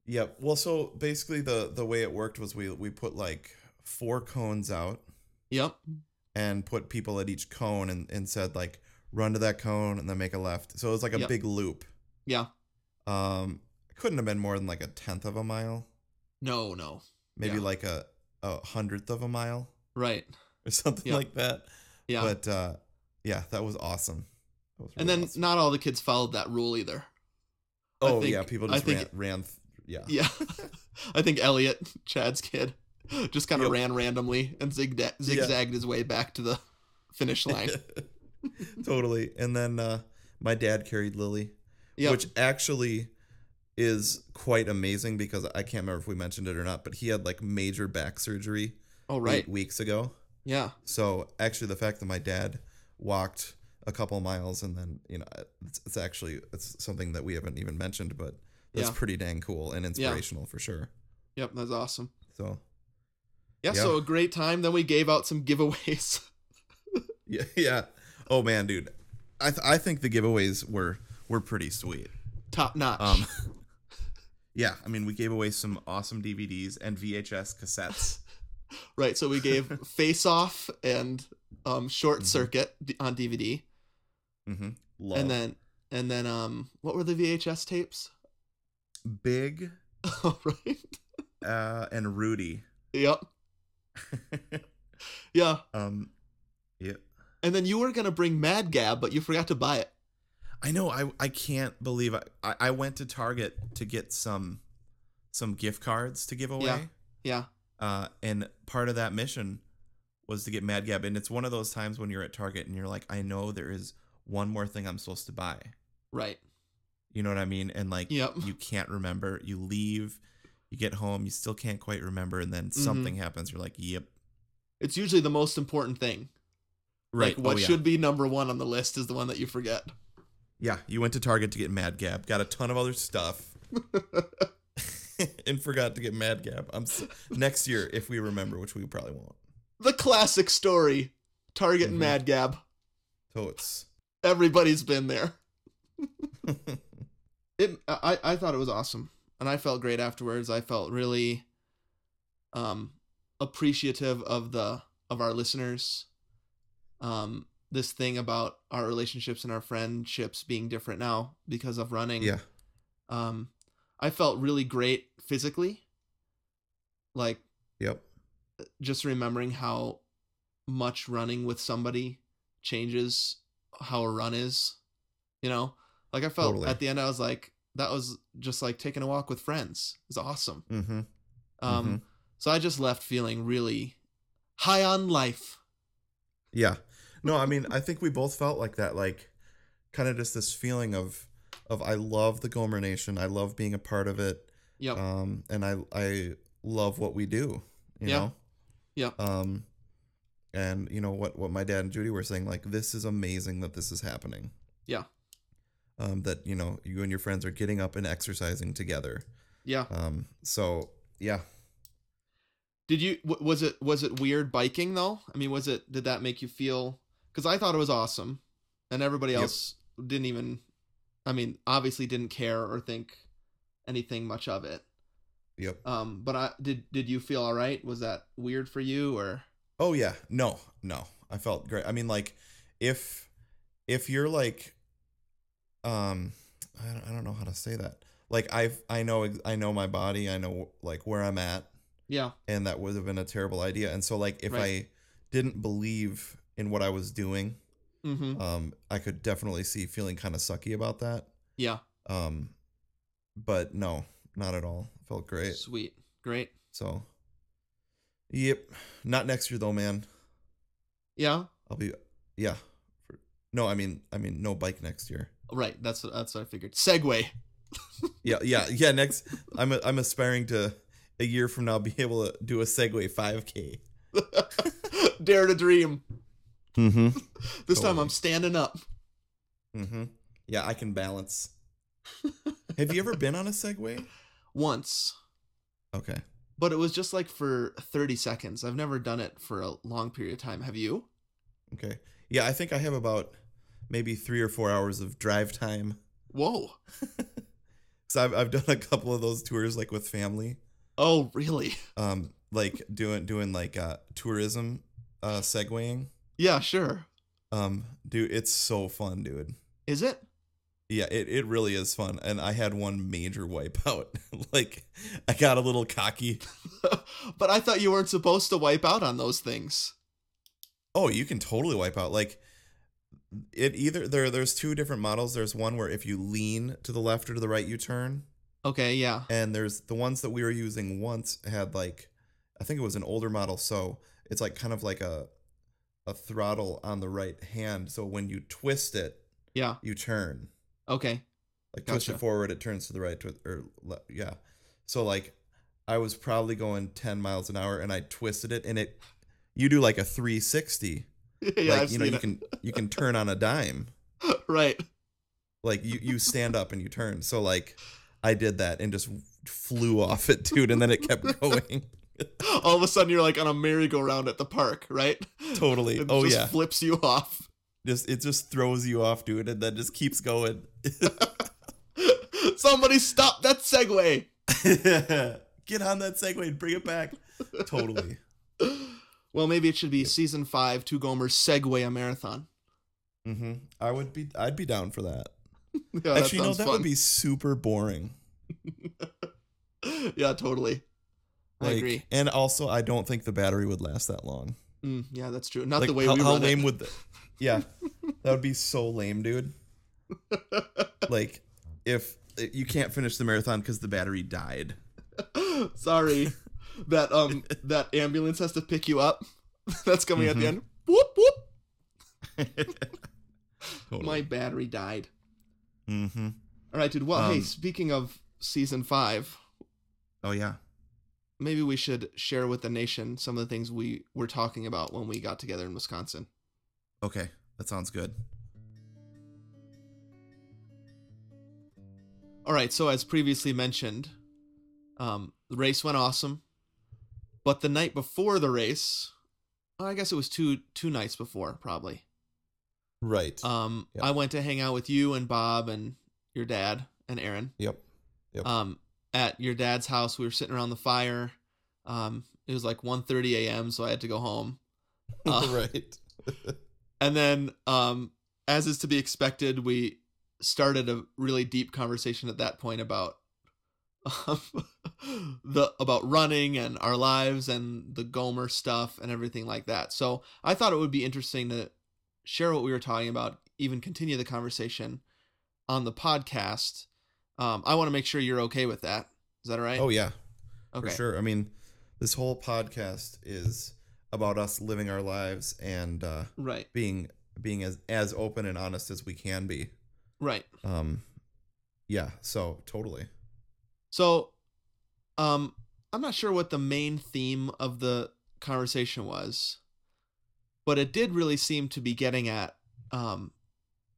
S2: Yep. Well, so basically the the way it worked was we we put like four cones out
S1: Yep.
S2: and put people at each cone and, and said like run to that cone and then make a left. So it was like a
S1: Yep.
S2: big loop.
S1: Yeah.
S2: Um couldn't have been more than like a tenth of a mile.
S1: No. No.
S2: Maybe
S1: Yeah.
S2: like a, a hundredth of a mile
S1: Right.
S2: or (laughs) something
S1: Yeah.
S2: like that.
S1: Yeah.
S2: But uh yeah, that was awesome. That was
S1: and
S2: really
S1: then
S2: awesome.
S1: not all the kids followed that rule either. I
S2: Oh
S1: think-
S2: yeah, people
S1: I
S2: just ran,
S1: think-
S2: ran th- yeah.
S1: Yeah. (laughs) I think Elliot, (laughs) Chad's kid, just kind of
S2: Yep.
S1: ran randomly and zigda- zigzagged his way back to the
S2: (laughs)
S1: finish line.
S2: totally. And then uh my dad carried Lily,
S1: Yep.
S2: which actually is quite amazing because I can't remember if we mentioned it or not, but he had like major back surgery
S1: oh, right.
S2: eight weeks ago.
S1: Yeah.
S2: So actually, the fact that my dad walked a couple miles and then you know it's, it's actually it's something that we haven't even mentioned, but that's
S1: Yeah.
S2: pretty dang cool and inspirational for sure.
S1: Yep, that's awesome.
S2: So (laughs)
S1: Yeah,
S2: Yeah.
S1: so a great time. Then we gave out some giveaways. (laughs)
S2: yeah, yeah. Oh man, dude, I th- I think the giveaways were were pretty sweet.
S1: Top notch.
S2: Um, (laughs) yeah, I mean we gave away some awesome DVDs and VHS cassettes.
S1: (laughs) right, so we gave
S2: (laughs)
S1: Face Off and um, Short
S2: Mhm.
S1: Circuit d- on DVD.
S2: mm-hmm. Love.
S1: And then and then um what were the VHS tapes? (laughs) Oh,
S2: Big
S1: right.
S2: uh,
S1: (laughs)
S2: and Rudy.
S1: Yep. Yeah.
S2: um, yeah.
S1: And then you were gonna bring Mad Gab, but you forgot to buy it.
S2: I know. I I can't believe I, I I went to Target to get some some gift cards to give away.
S1: Yeah.
S2: Uh, and part of that mission was to get Mad Gab, and it's one of those times when you're at Target and you're like, I know there is one more thing I'm supposed to buy.
S1: Right.
S2: You know what I mean? And like,
S1: Yep. (laughs)
S2: you can't remember. You leave, you get home, you still can't quite remember, and
S1: Mm-hmm.
S2: then something happens. You're like, Yep.
S1: It's usually the most important thing. Like
S2: Oh,
S1: what
S2: yeah.
S1: should be number one on the list is the one that you forget.
S2: Yeah, you went to Target to get Mad Gab, got a ton of other stuff, (laughs) and forgot to get Mad Gab. I'm s next year if we remember, which we probably won't.
S1: The classic story. Target and
S2: Mhm.
S1: Mad Gab.
S2: Totes.
S1: Everybody's been there. it I, I thought it was awesome and i felt great afterwards i felt really um appreciative of the of our listeners um this thing about our relationships and our friendships being different now because of running
S2: yeah.
S1: um i felt really great physically like
S2: Yep.
S1: just remembering how much running with somebody changes how a run is. You know, like I felt
S2: Totally.
S1: at the end, I was like, that was just like taking a walk with friends. It was awesome.
S2: Mm-hmm.
S1: Um, So I just left feeling really high on life.
S2: Yeah. No, I mean, I think we both felt like that, like kind of just this feeling of of I love the Gomer Nation. I love being a part of it.
S1: Yep.
S2: Um, and I I love what we do. You
S1: Yeah.
S2: know.
S1: Yeah.
S2: Um, and you know what what my dad and Judy were saying, like this is amazing that this is happening.
S1: Yeah.
S2: Um, that you know you and your friends are getting up and exercising together.
S1: yeah.
S2: Um, so yeah,
S1: Did you w- was it was it weird biking though? I mean, was it did that make you feel? Because I thought it was awesome, and everybody
S2: Yep.
S1: else didn't even. I mean, obviously didn't care or think anything much of it.
S2: yep.
S1: Um, but I did. Did you feel all right? Was that weird for you or?
S2: Oh yeah, no, no. I felt great. I mean, like, if if you're like, um, I don't, I don't know how to say that. Like, I I know ex- I know my body. I know like where I'm at,
S1: Yeah.
S2: and that would have been a terrible idea. And so like, if
S1: Right.
S2: I didn't believe in what I was doing.
S1: Mm-hmm.
S2: Um, I could definitely see feeling kind of sucky about that.
S1: Yeah.
S2: Um, but no, not at all. Felt great.
S1: Sweet. Great.
S2: So, yep. Not next year though, man.
S1: Yeah.
S2: I'll be yeah. For, no, I mean, I mean, no bike next year.
S1: Right. That's what, that's what I figured. Segway. (laughs)
S2: Yeah, yeah, yeah. Next, I'm I'm aspiring to a year from now be able to do a Segway 5K.
S1: Dare to dream.
S2: Mm-hmm.
S1: This time
S2: Totally.
S1: I'm standing up.
S2: Mm-hmm. Yeah, I can balance. Have you ever been on a Segway?
S1: Once,
S2: Okay.
S1: but it was just like for 30 seconds. I've never done it for a long period of time. Have you?
S2: Okay. Yeah, I think I have about maybe three or four hours of drive time.
S1: Whoa.
S2: So I've I've done a couple of those tours like with family.
S1: Oh, really? (laughs)
S2: Um, like doing doing like uh tourism uh segwaying.
S1: Yeah, sure.
S2: Um, dude, it's so fun, dude.
S1: Is it? (laughs)
S2: Yeah, it, it really is fun. And I had one major wipeout. (laughs) like I got a little cocky.
S1: but I thought you weren't supposed to wipe out on those things.
S2: Oh, you can totally wipe out. Like it either there there's two different models. There's one where if you lean to the left or to the right you turn.
S1: Okay, yeah.
S2: And there's the ones that we were using once had like I think it was an older model, so it's like kind of like a a throttle on the right hand. So when you twist it,
S1: Yeah.
S2: you turn.
S1: Okay. (laughs)
S2: like twist
S1: Gotcha.
S2: it forward, it turns to the right, twi- or le- yeah. So like, I was probably going ten miles an hour, and I twisted it, and it, you do like a three sixty,
S1: yeah,
S2: like
S1: I've
S2: you know
S1: seen
S2: you
S1: it.
S2: can you can turn on a dime,
S1: (laughs) right.
S2: like you you stand up and you turn. So like, I did that and just flew off it, dude, and then it
S1: (laughs)
S2: kept going.
S1: All of a sudden you're like on a merry-go-round at the park, right?
S2: totally.
S1: It
S2: Oh
S1: just
S2: yeah,
S1: flips you off. (laughs)
S2: just it just throws you off, dude, and then just keeps going. (laughs)
S1: Somebody stop that segue.
S2: Get on that Segway and bring it back. Totally.
S1: Well, maybe it should be season five, two Gomers segue a marathon. (laughs)
S2: Mm-hmm. I would be. I'd be down for that.
S1: Yeah, Oh, that
S2: Actually, no,
S1: sounds
S2: that
S1: fun.
S2: would be super boring.
S1: (laughs) yeah, totally. I
S2: Like,
S1: agree.
S2: And also, I don't think the battery would last that long.
S1: Mm, yeah, that's true. Not
S2: like,
S1: the way
S2: how,
S1: we
S2: how
S1: run
S2: lame
S1: it.
S2: would the,
S1: (laughs)
S2: Yeah, that would be so lame, dude. like, if eh, you can't finish the marathon because the
S1: (laughs)
S2: battery died.
S1: Sorry, that
S2: (laughs)
S1: um that ambulance has to pick you up. (laughs) that's coming
S2: Mm-hmm.
S1: at the end. Whoop whoop. My battery died.
S2: mm-hmm.
S1: All right, dude. Well, hey,
S2: Um,
S1: speaking of season five,
S2: Oh yeah.
S1: maybe we should share with the nation some of the things we were talking about when we got together in Wisconsin.
S2: Okay, that sounds good.
S1: All right, so as previously mentioned, um, the race went awesome, but the night before the race, well, I guess it was two two nights before probably.
S2: Right.
S1: Um,
S2: Yep.
S1: I went to hang out with you and Bob and your dad and Aaron.
S2: yep. Yep.
S1: Um, at your dad's house, we were sitting around the fire. Um, it was like 1.30 a.m., so I had to go home. uh,
S2: (laughs) right.
S1: And then, um, as is to be expected, we started a really deep conversation at that point about um, (laughs) the about running and our lives and the Gomer stuff and everything like that. So I thought it would be interesting to share what we were talking about, even continue the conversation on the podcast. Um, I want to make sure you're okay with that. Is that all right?
S2: Oh yeah.
S1: okay.
S2: for sure. I mean, this whole podcast is about us living our lives and uh,
S1: Right.
S2: being being as as open and honest as we can be.
S1: Right.
S2: Um, yeah. So totally.
S1: So, um, I'm not sure what the main theme of the conversation was, but it did really seem to be getting at um,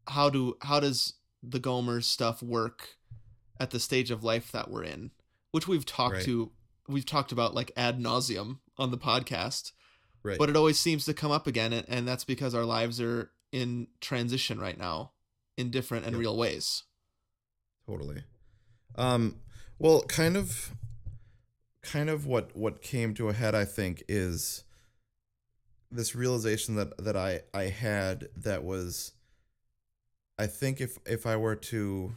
S1: how do how does the Gomer stuff work at the stage of life that we're in, which we've talked
S2: Right.
S1: to we've talked about like ad nauseum on the podcast,
S2: Right.
S1: but it always seems to come up again, and, and that's because our lives are in transition right now, in different and
S2: Yep.
S1: real ways. (laughs)
S2: totally. Um, well, kind of, kind of what what came to a head, I think, is this realization that that I I had that was, I think if if I were to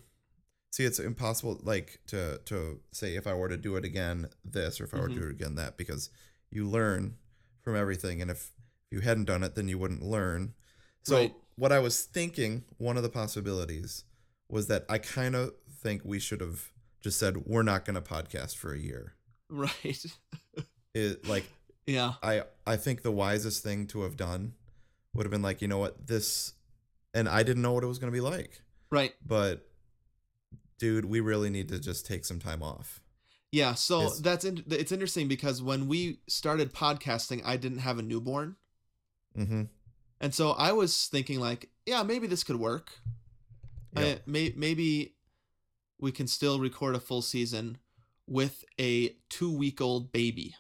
S2: see it's impossible like to to say if i were to do it again this or if i were
S1: Mhm.
S2: to do it again that because you learn from everything and if if you hadn't done it, then you wouldn't learn. So
S1: Right.
S2: what I was thinking, one of the possibilities was that I kind of think we should have just said we're not going to podcast for a year.
S1: Right.
S2: It like
S1: yeah.
S2: I I think the wisest thing to have done would have been like, you know what, this and I didn't know what it was going to be like.
S1: Right.
S2: But dude, we really need to just take some time off.
S1: Yeah. So
S2: Is-
S1: that's in, it's interesting because when we started podcasting, I didn't have a newborn,
S2: Mhm.
S1: and so I was thinking like, yeah, maybe this could work.
S2: Yep.
S1: I, may, maybe we can still record a full season with a two week old baby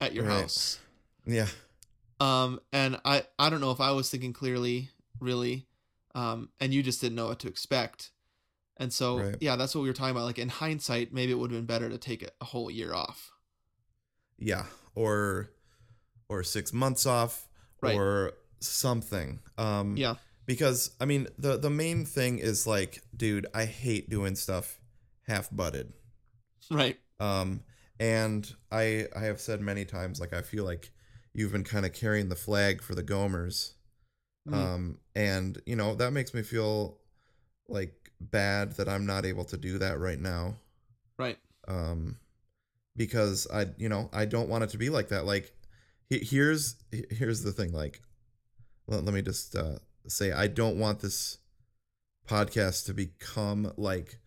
S1: at your
S2: Right.
S1: house.
S2: yeah.
S1: Um, and I, I don't know if I was thinking clearly, really, um, and you just didn't know what to expect. And so,
S2: Right.
S1: yeah, that's what we were talking about. Like in hindsight, maybe it would have been better to take a- a whole year off.
S2: Yeah, or or 6 months off
S1: Right.
S2: or something. Um
S1: Yeah. (laughs)
S2: Because I mean, the the main thing is like, dude, I hate doing stuff half butted.
S1: Right.
S2: Um, and I I have said many times, like I feel like you've been kind of carrying the flag for the Gomers.
S1: Mm.
S2: Um, and you know that makes me feel like bad that I'm not able to do that right now.
S1: Right.
S2: Um, because I you know I don't want it to be like that. Like he- here's he- here's the thing. Like let, let me just uh, say I don't want this podcast to become like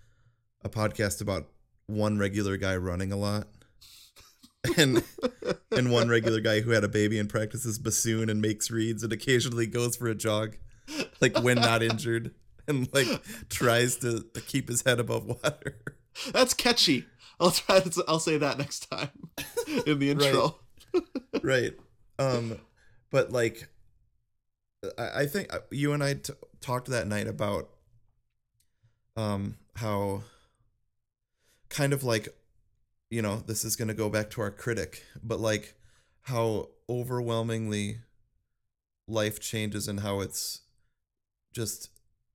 S2: a podcast about one regular guy running a lot (laughs) and and one regular guy who had a baby and practices bassoon and makes reeds and occasionally goes for a jog like when not injured and like tries to, to keep his head above water
S1: (laughs) That's catchy. I'll try. To, I'll say that next time in (laughs) the intro.
S2: right um but like i, I think uh, you and I t- talked that night about um how kind of like you know this is going to go back to our critic but like how overwhelmingly life changes and how it's just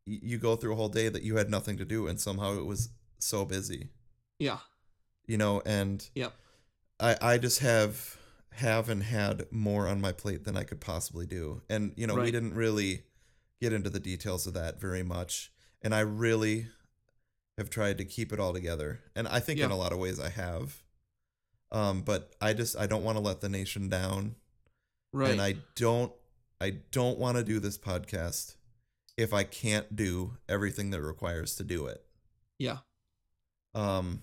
S2: y- you go through a whole day that you had nothing to do and somehow it was so busy
S1: Yeah.
S2: you know and
S1: Yep.
S2: i i just have have and had more on my plate than i could possibly do and you know we
S1: Right.
S2: didn't really get into the details of that very much and i really have tried to keep it all together and i think in
S1: Yeah.
S2: a lot of ways i have um but i just i don't want to let the nation down
S1: Right.
S2: and i don't i don't want to do this podcast if i can't do everything that it requires to do it
S1: Yeah.
S2: um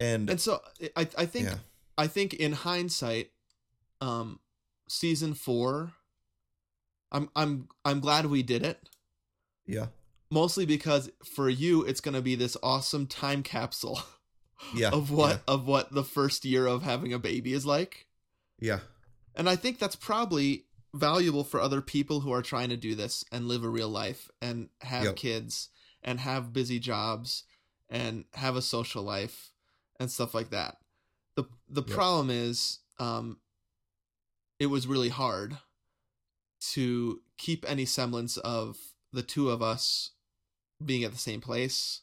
S2: and,
S1: and so I, I think
S2: yeah
S1: I think in hindsight, um, season four. I'm I'm I'm glad we did it.
S2: yeah
S1: Mostly because for you, it's gonna be this awesome time capsule
S2: yeah
S1: (laughs) of
S2: yeah.
S1: what of what the first year of having a baby is like.
S2: Yeah.
S1: And I think that's probably valuable for other people who are trying to do this and live a real life and have
S2: Yep.
S1: kids and have busy jobs and have a social life and stuff like that. The the
S2: Yep.
S1: problem is um it was really hard to keep any semblance of the two of us being at the same place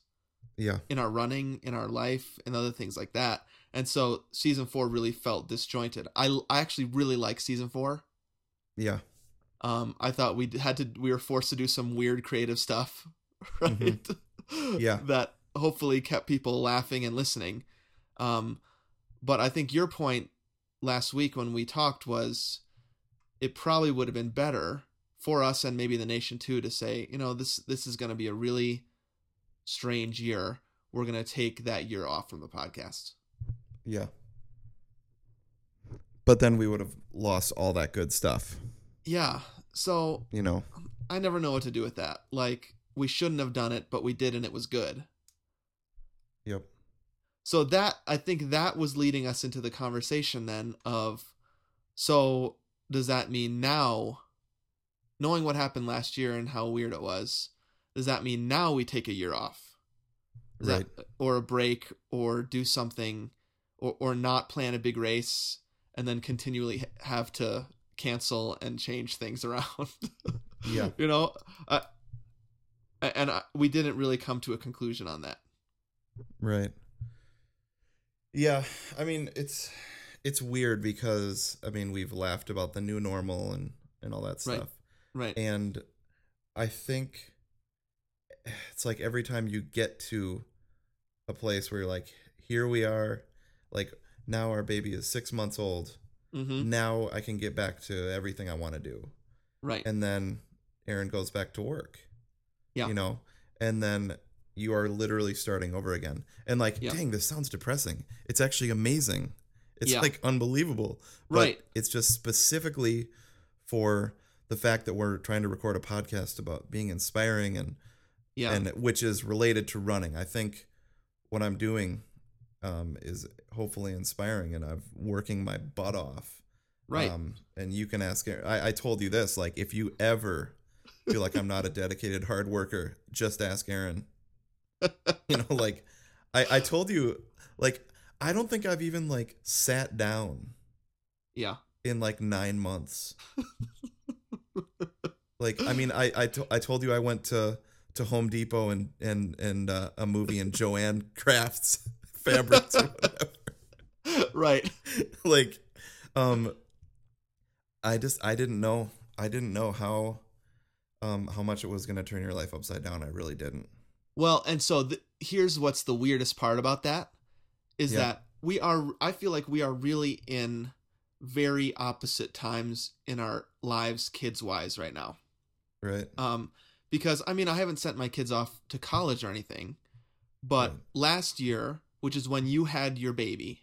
S2: Yeah.
S1: in our running, in our life, and other things like that. And so season four really felt disjointed. I, I actually really like season four.
S2: Yeah.
S1: Um, I thought we had to we were forced to do some weird creative stuff, (laughs) right?
S2: Yeah.
S1: that hopefully kept people laughing and listening. Um, but I think your point last week when we talked was it probably would have been better for us and maybe the nation too to say, you know, this this is going to be a really strange year. We're going to take that year off from the podcast.
S2: Yeah. But then we would have lost all that good stuff,
S1: Yeah. So
S2: you know.
S1: I never know what to do with that. Like we shouldn't have done it, but we did and it was good.
S2: Yep.
S1: so that i think that was leading us into the conversation then of so does that mean now knowing what happened last year and how weird it was does that mean now we take a year off Is that- or a break or do something or, or not plan a big race and then continually ha- have to cancel and change things (laughs) around
S2: Yeah.
S1: (laughs) you know I, a- and I, we didn't really come to a conclusion on that
S2: Right. Yeah. I mean, it's it's weird because I mean, we've laughed about the new normal and and all that
S1: Right.
S2: stuff.
S1: Right.
S2: And I think it's like every time you get to a place where you're like, here we are, like now our baby is six months old.
S1: mm-hmm.
S2: Now I can get back to everything I want to do.
S1: Right.
S2: And then Aaron goes back to work.
S1: Yeah.
S2: You know, and then you are literally starting over again. And like,
S1: Yeah.
S2: dang, this sounds depressing. It's actually amazing. It's
S1: Yeah.
S2: like unbelievable. But
S1: Right.
S2: It's just specifically for the fact that we're trying to record a podcast about being inspiring and
S1: yeah.
S2: and which is related to running. I think what I'm doing um, is hopefully inspiring, and I'm working my butt off.
S1: right.
S2: Um, and you can ask. I, I told you this. Like, if you ever feel like I'm not a dedicated hard worker, just ask Aaron. you know, like I, I told you, like I don't think I've even like sat down
S1: yeah.
S2: in like nine months. like I mean, I I, to, I told you I went to to Home Depot and and and uh, a movie and Joanne Crafts (laughs)
S1: (laughs)
S2: fabrics or whatever.
S1: (laughs) right.
S2: (laughs) like, um, I just I didn't know I didn't know how um how much it was gonna turn your life upside down. I really didn't.
S1: Well, and so th- here's what's the weirdest part about that is
S2: Yeah.
S1: that we are I feel like we are really in very opposite times in our lives kids wise right now.
S2: Right.
S1: Um because I mean I haven't sent my kids off to college or anything, but
S2: Right.
S1: last year, which is when you had your baby,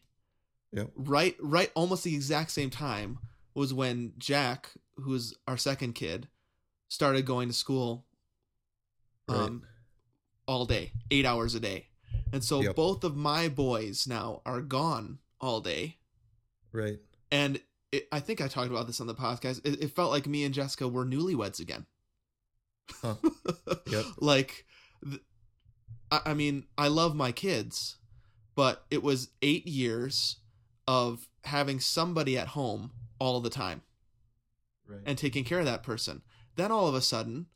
S2: Yep.
S1: right right almost the exact same time was when Jack, who's our second kid, started going to school
S2: Right.
S1: um all day, 8 hours a day. And so
S2: Yep.
S1: both of my boys now are gone all day
S2: Right.
S1: and it, I think I talked about this on the podcast. It, it felt like me and Jessica were newlyweds again.
S2: Huh.
S1: (laughs)
S2: Yep.
S1: like, th- I, I mean, I love my kids, but it was eight years of having somebody at home all the time
S2: Right.
S1: and taking care of that person. Then all of a sudden,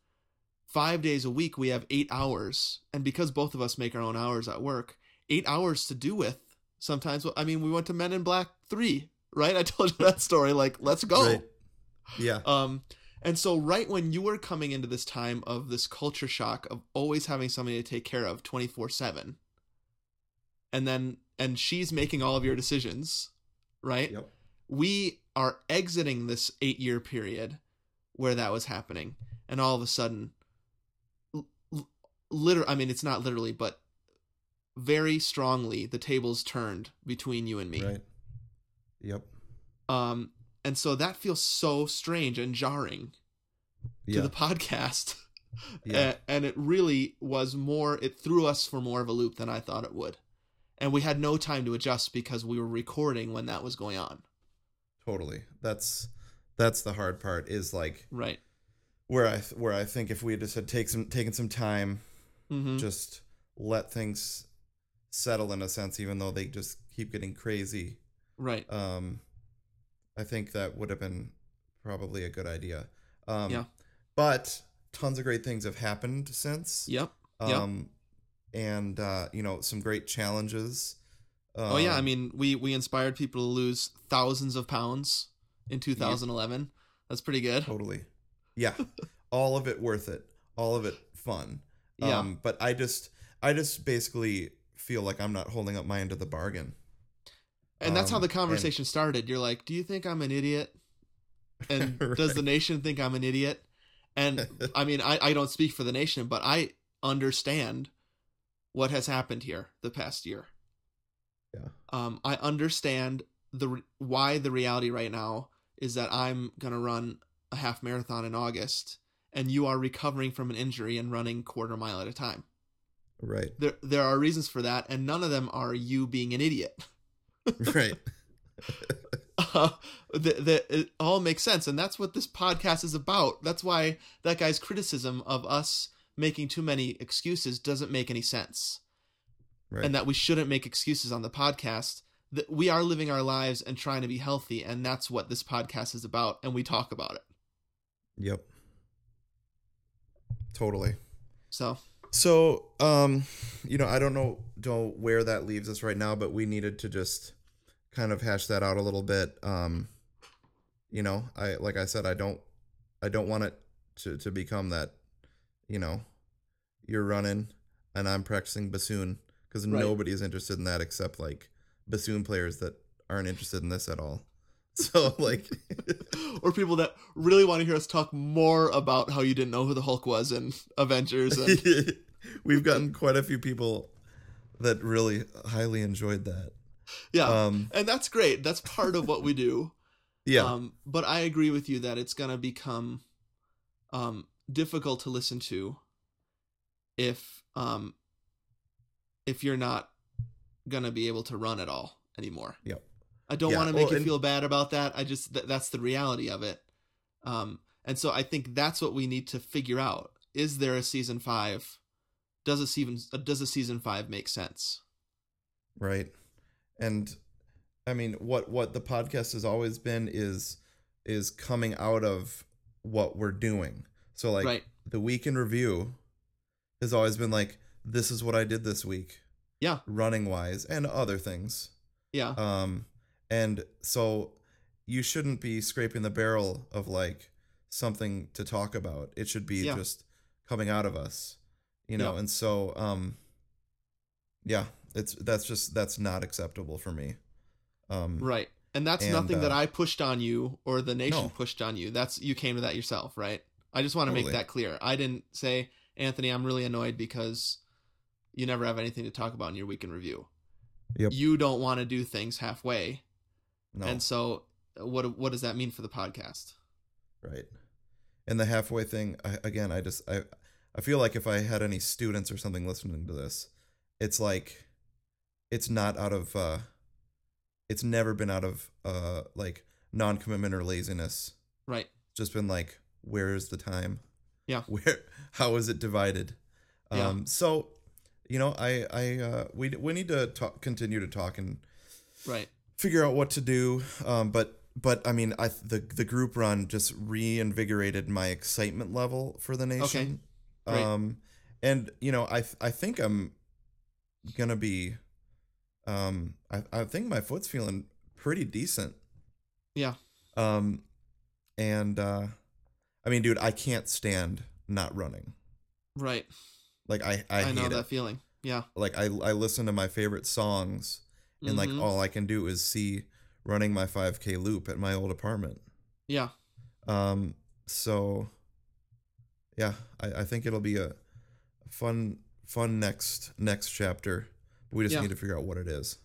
S1: five days a week, we have eight hours. And because both of us make our own hours at work, eight hours to do with sometimes. I mean, we went to Men in Black 3, right? I (laughs) told you that story. Like, let's go.
S2: Right. Yeah.
S1: Um, and so, right when you were coming into this time of this culture shock of always having somebody to take care of 24 7, and then, and she's making all of your decisions, right?
S2: Yep.
S1: we are exiting this eight year period where that was happening and all of a sudden l- l- liter i mean it's not literally but very strongly the tables turned between you and me
S2: Right. Yep.
S1: um and so that feels so strange and jarring
S2: Yeah.
S1: to the eh. podcast
S2: yeah.
S1: A- and it really was more it threw us for more of a loop than i thought it would and we had no time to adjust because we were recording when that was going on
S2: totally. That's that's the hard part. Is like
S1: right
S2: where I th- where I think if we just had take some taken some time,
S1: mm-hmm.
S2: just let things settle in a sense, even though they just keep getting crazy.
S1: right
S2: Um, I think that would have been probably a good idea. Um,
S1: Yeah.
S2: But tons of great things have happened since.
S1: yep yeah.
S2: Um, and uh, you know some great challenges.
S1: Oh yeah, I
S2: Um,
S1: mean we we inspired people to lose thousands of pounds in 2011. That's pretty good.
S2: Totally.
S1: (laughs)
S2: Yeah. All of it worth it. All of it fun.
S1: Yeah.
S2: Um, but I just I just basically feel like I'm not holding up my end of the bargain.
S1: and that's how
S2: um,
S1: the
S2: and-
S1: conversation started. You're like, "Do you think I'm an idiot?" And
S2: (laughs)
S1: does the nation think I'm an idiot? And I mean, I I don't speak for the nation, but I understand what has happened here the past year.
S2: Yeah.
S1: Um I understand the re- why the reality right now is that I'm going to run a half marathon in August and you are recovering from an injury and running quarter mile at a time.
S2: Right. (laughs)
S1: there there are reasons for that and none of them are you being an idiot (laughs)
S2: Right.
S1: uh, the, the, it all makes sense and that's what this podcast is about that's why that guy's criticism of us making too many excuses doesn't make any sense
S2: Right.
S1: and that we shouldn't make excuses on the podcast that we are living our lives and trying to be healthy and that's what this podcast is about and we talk about it
S2: yep. Totally.
S1: so (laughs)
S2: So, um, you know, I don't know don't where that leaves us right now, but we needed to just kind of hash that out a little bit. Um, you know, I like I said, I don't I don't want it to, to become that, you know, you're running and I'm practicing bassoon because
S1: Right.
S2: nobody is interested in that except like bassoon players that aren't interested in this at all. (laughs) So like,
S1: or people that really want to hear us talk more about how you didn't know who the Hulk was in Avengers.
S2: (laughs)
S1: And
S2: we've gotten quite a few people that really highly enjoyed that.
S1: yeah.
S2: Um,
S1: and that's great. That's part of what we do.
S2: yeah,
S1: Um, but I agree with you that it's going to become um, difficult to listen to if um, if you're not going to be able to run at all anymore.
S2: Yep.
S1: I don't
S2: Yeah,
S1: want to make
S2: well,
S1: you
S2: and-
S1: feel bad about that. I just th- that's the reality of it. Um, and so I think that's what we need to figure out: is there a season five? Does a season uh, does a season five make sense?
S2: right and i mean what what the podcast has always been is is coming out of what we're doing so like
S1: right.
S2: the week in review has always been like this is what i did this week
S1: Yeah.
S2: running wise and other things
S1: Yeah.
S2: um and so you shouldn't be scraping the barrel of like something to talk about it should be
S1: Yeah.
S2: just coming out of us you know
S1: Yeah.
S2: and so um yeah it's that's just that's not acceptable for me um
S1: Right. And that's
S2: And,
S1: nothing that
S2: uh,
S1: I pushed on you or the nation
S2: No.
S1: pushed on you. That's you came to that yourself, right? I just want to make
S2: Totally.
S1: that clear. I didn't say, Anthony, I'm really annoyed because you never have anything to talk about in your week in review.
S2: Yep.
S1: You don't want to do things halfway.
S2: no
S1: And so what what does that mean for the podcast?
S2: right and the halfway thing I, again i just i i feel like if i had any students or something listening to this it's like it's not out of uh it's never been out of uh like non-commitment or laziness
S1: Right.
S2: just been like where is the time
S1: Yeah.
S2: (laughs) where how is it divided
S1: Yeah.
S2: um so you know i i uh we we need to talk continue to talk and
S1: Right.
S2: figure out what to do. Um, but but I mean, I the the group run just reinvigorated my excitement level for the nation.
S1: Great.
S2: Um, and you know, I I think I'm gonna be, um, I I think my foot's feeling pretty decent.
S1: Yeah.
S2: Um, and uh, I mean, dude, I can't stand not running.
S1: Right.
S2: Like I I,
S1: I,
S2: hate
S1: know
S2: it.
S1: that feeling. Yeah.
S2: Like I I listen to my favorite songs and like
S1: Mhm.
S2: all I can do is see running my 5k loop at my old apartment.
S1: Yeah.
S2: Um, so yeah, I, I think it'll be a fun fun next next chapter. We just
S1: Yeah.
S2: need to figure out what it is.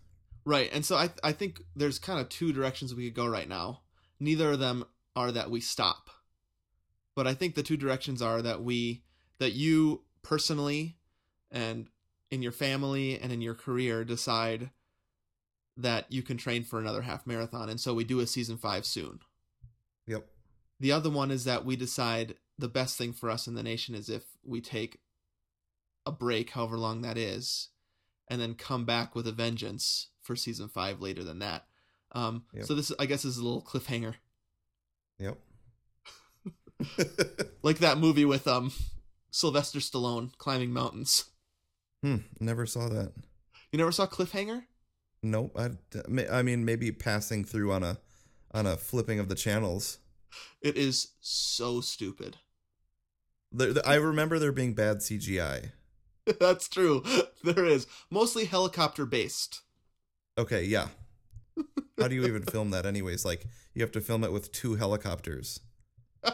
S1: Right. And so I I think there's kind of two directions we could go right now. Neither of them are that we stop. But I think the two directions are that we that you personally and in your family and in your career decide that you can train for another half marathon and so we do a season 5 soon.
S2: Yep. (laughs)
S1: The other one is that we decide the best thing for us in the nation is if we take a break, however long that is, and then come back with a vengeance for season five later than that. Um,
S2: Yep.
S1: So this, I guess, is a little cliffhanger,
S2: Yep.
S1: like that movie with um, Sylvester Stallone climbing mountains.
S2: hmm, never saw that.
S1: You never saw Cliffhanger?
S2: Nope. I, I mean maybe passing through on a on a flipping of the channels.
S1: It is so stupid. (laughs)
S2: There, there- I remember there being bad CGI.
S1: That's true. (laughs) There is mostly helicopter based.
S2: Okay, yeah. How do you even film that anyways? Like you have to film it with two helicopters.
S1: (laughs)
S2: know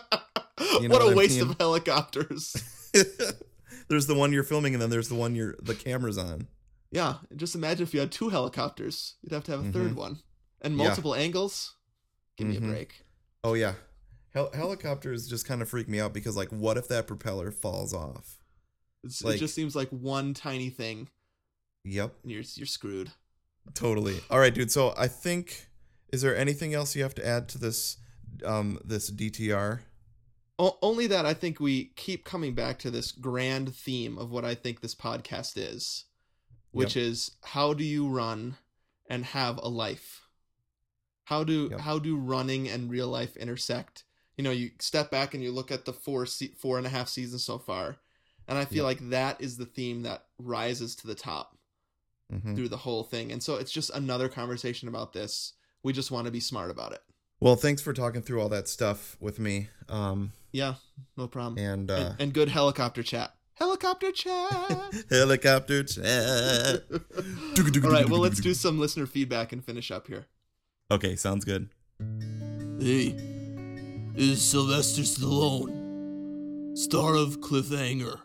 S1: what a
S2: what I
S1: waste
S2: mean?
S1: of helicopters.
S2: (laughs) there's the one you're filming and then there's the one you're the camera's on.
S1: Yeah, just imagine if you had two helicopters. You'd have to have a third one and
S2: Mm-hmm. Yeah.
S1: multiple angles. Give me
S2: Mhm.
S1: a break.
S2: Oh yeah. Hel- helicopters just kind of freak me out because like what if that propeller falls off?
S1: It's, it
S2: Like-
S1: just seems like one tiny thing
S2: Yep,
S1: and you're you're screwed.
S2: totally. All right, dude. So I think is there anything else you have to add to this um this DTR?
S1: O- only that I think we keep coming back to this grand theme of what I think this podcast is, which is how do you run and have a life? How do
S2: Yep.
S1: how do running and real life intersect? You know, you step back and you look at the four se- four and a half seasons so far, and I feel like that is the theme that rises to the top
S2: Mhm.
S1: through the whole thing. And so it's just another conversation about this. We just want to be smart about it.
S2: Well, thanks for talking through all that stuff with me. Um,
S1: Yeah, no problem.
S2: and uh, (laughs)
S1: and, and good helicopter chat. Helicopter chat. (laughs)
S2: helicopter chat.
S1: All right, well, let's do some listener feedback and finish up here.
S2: Okay, sounds good.
S3: Hey, is Sylvester Stallone, star of Cliffhanger.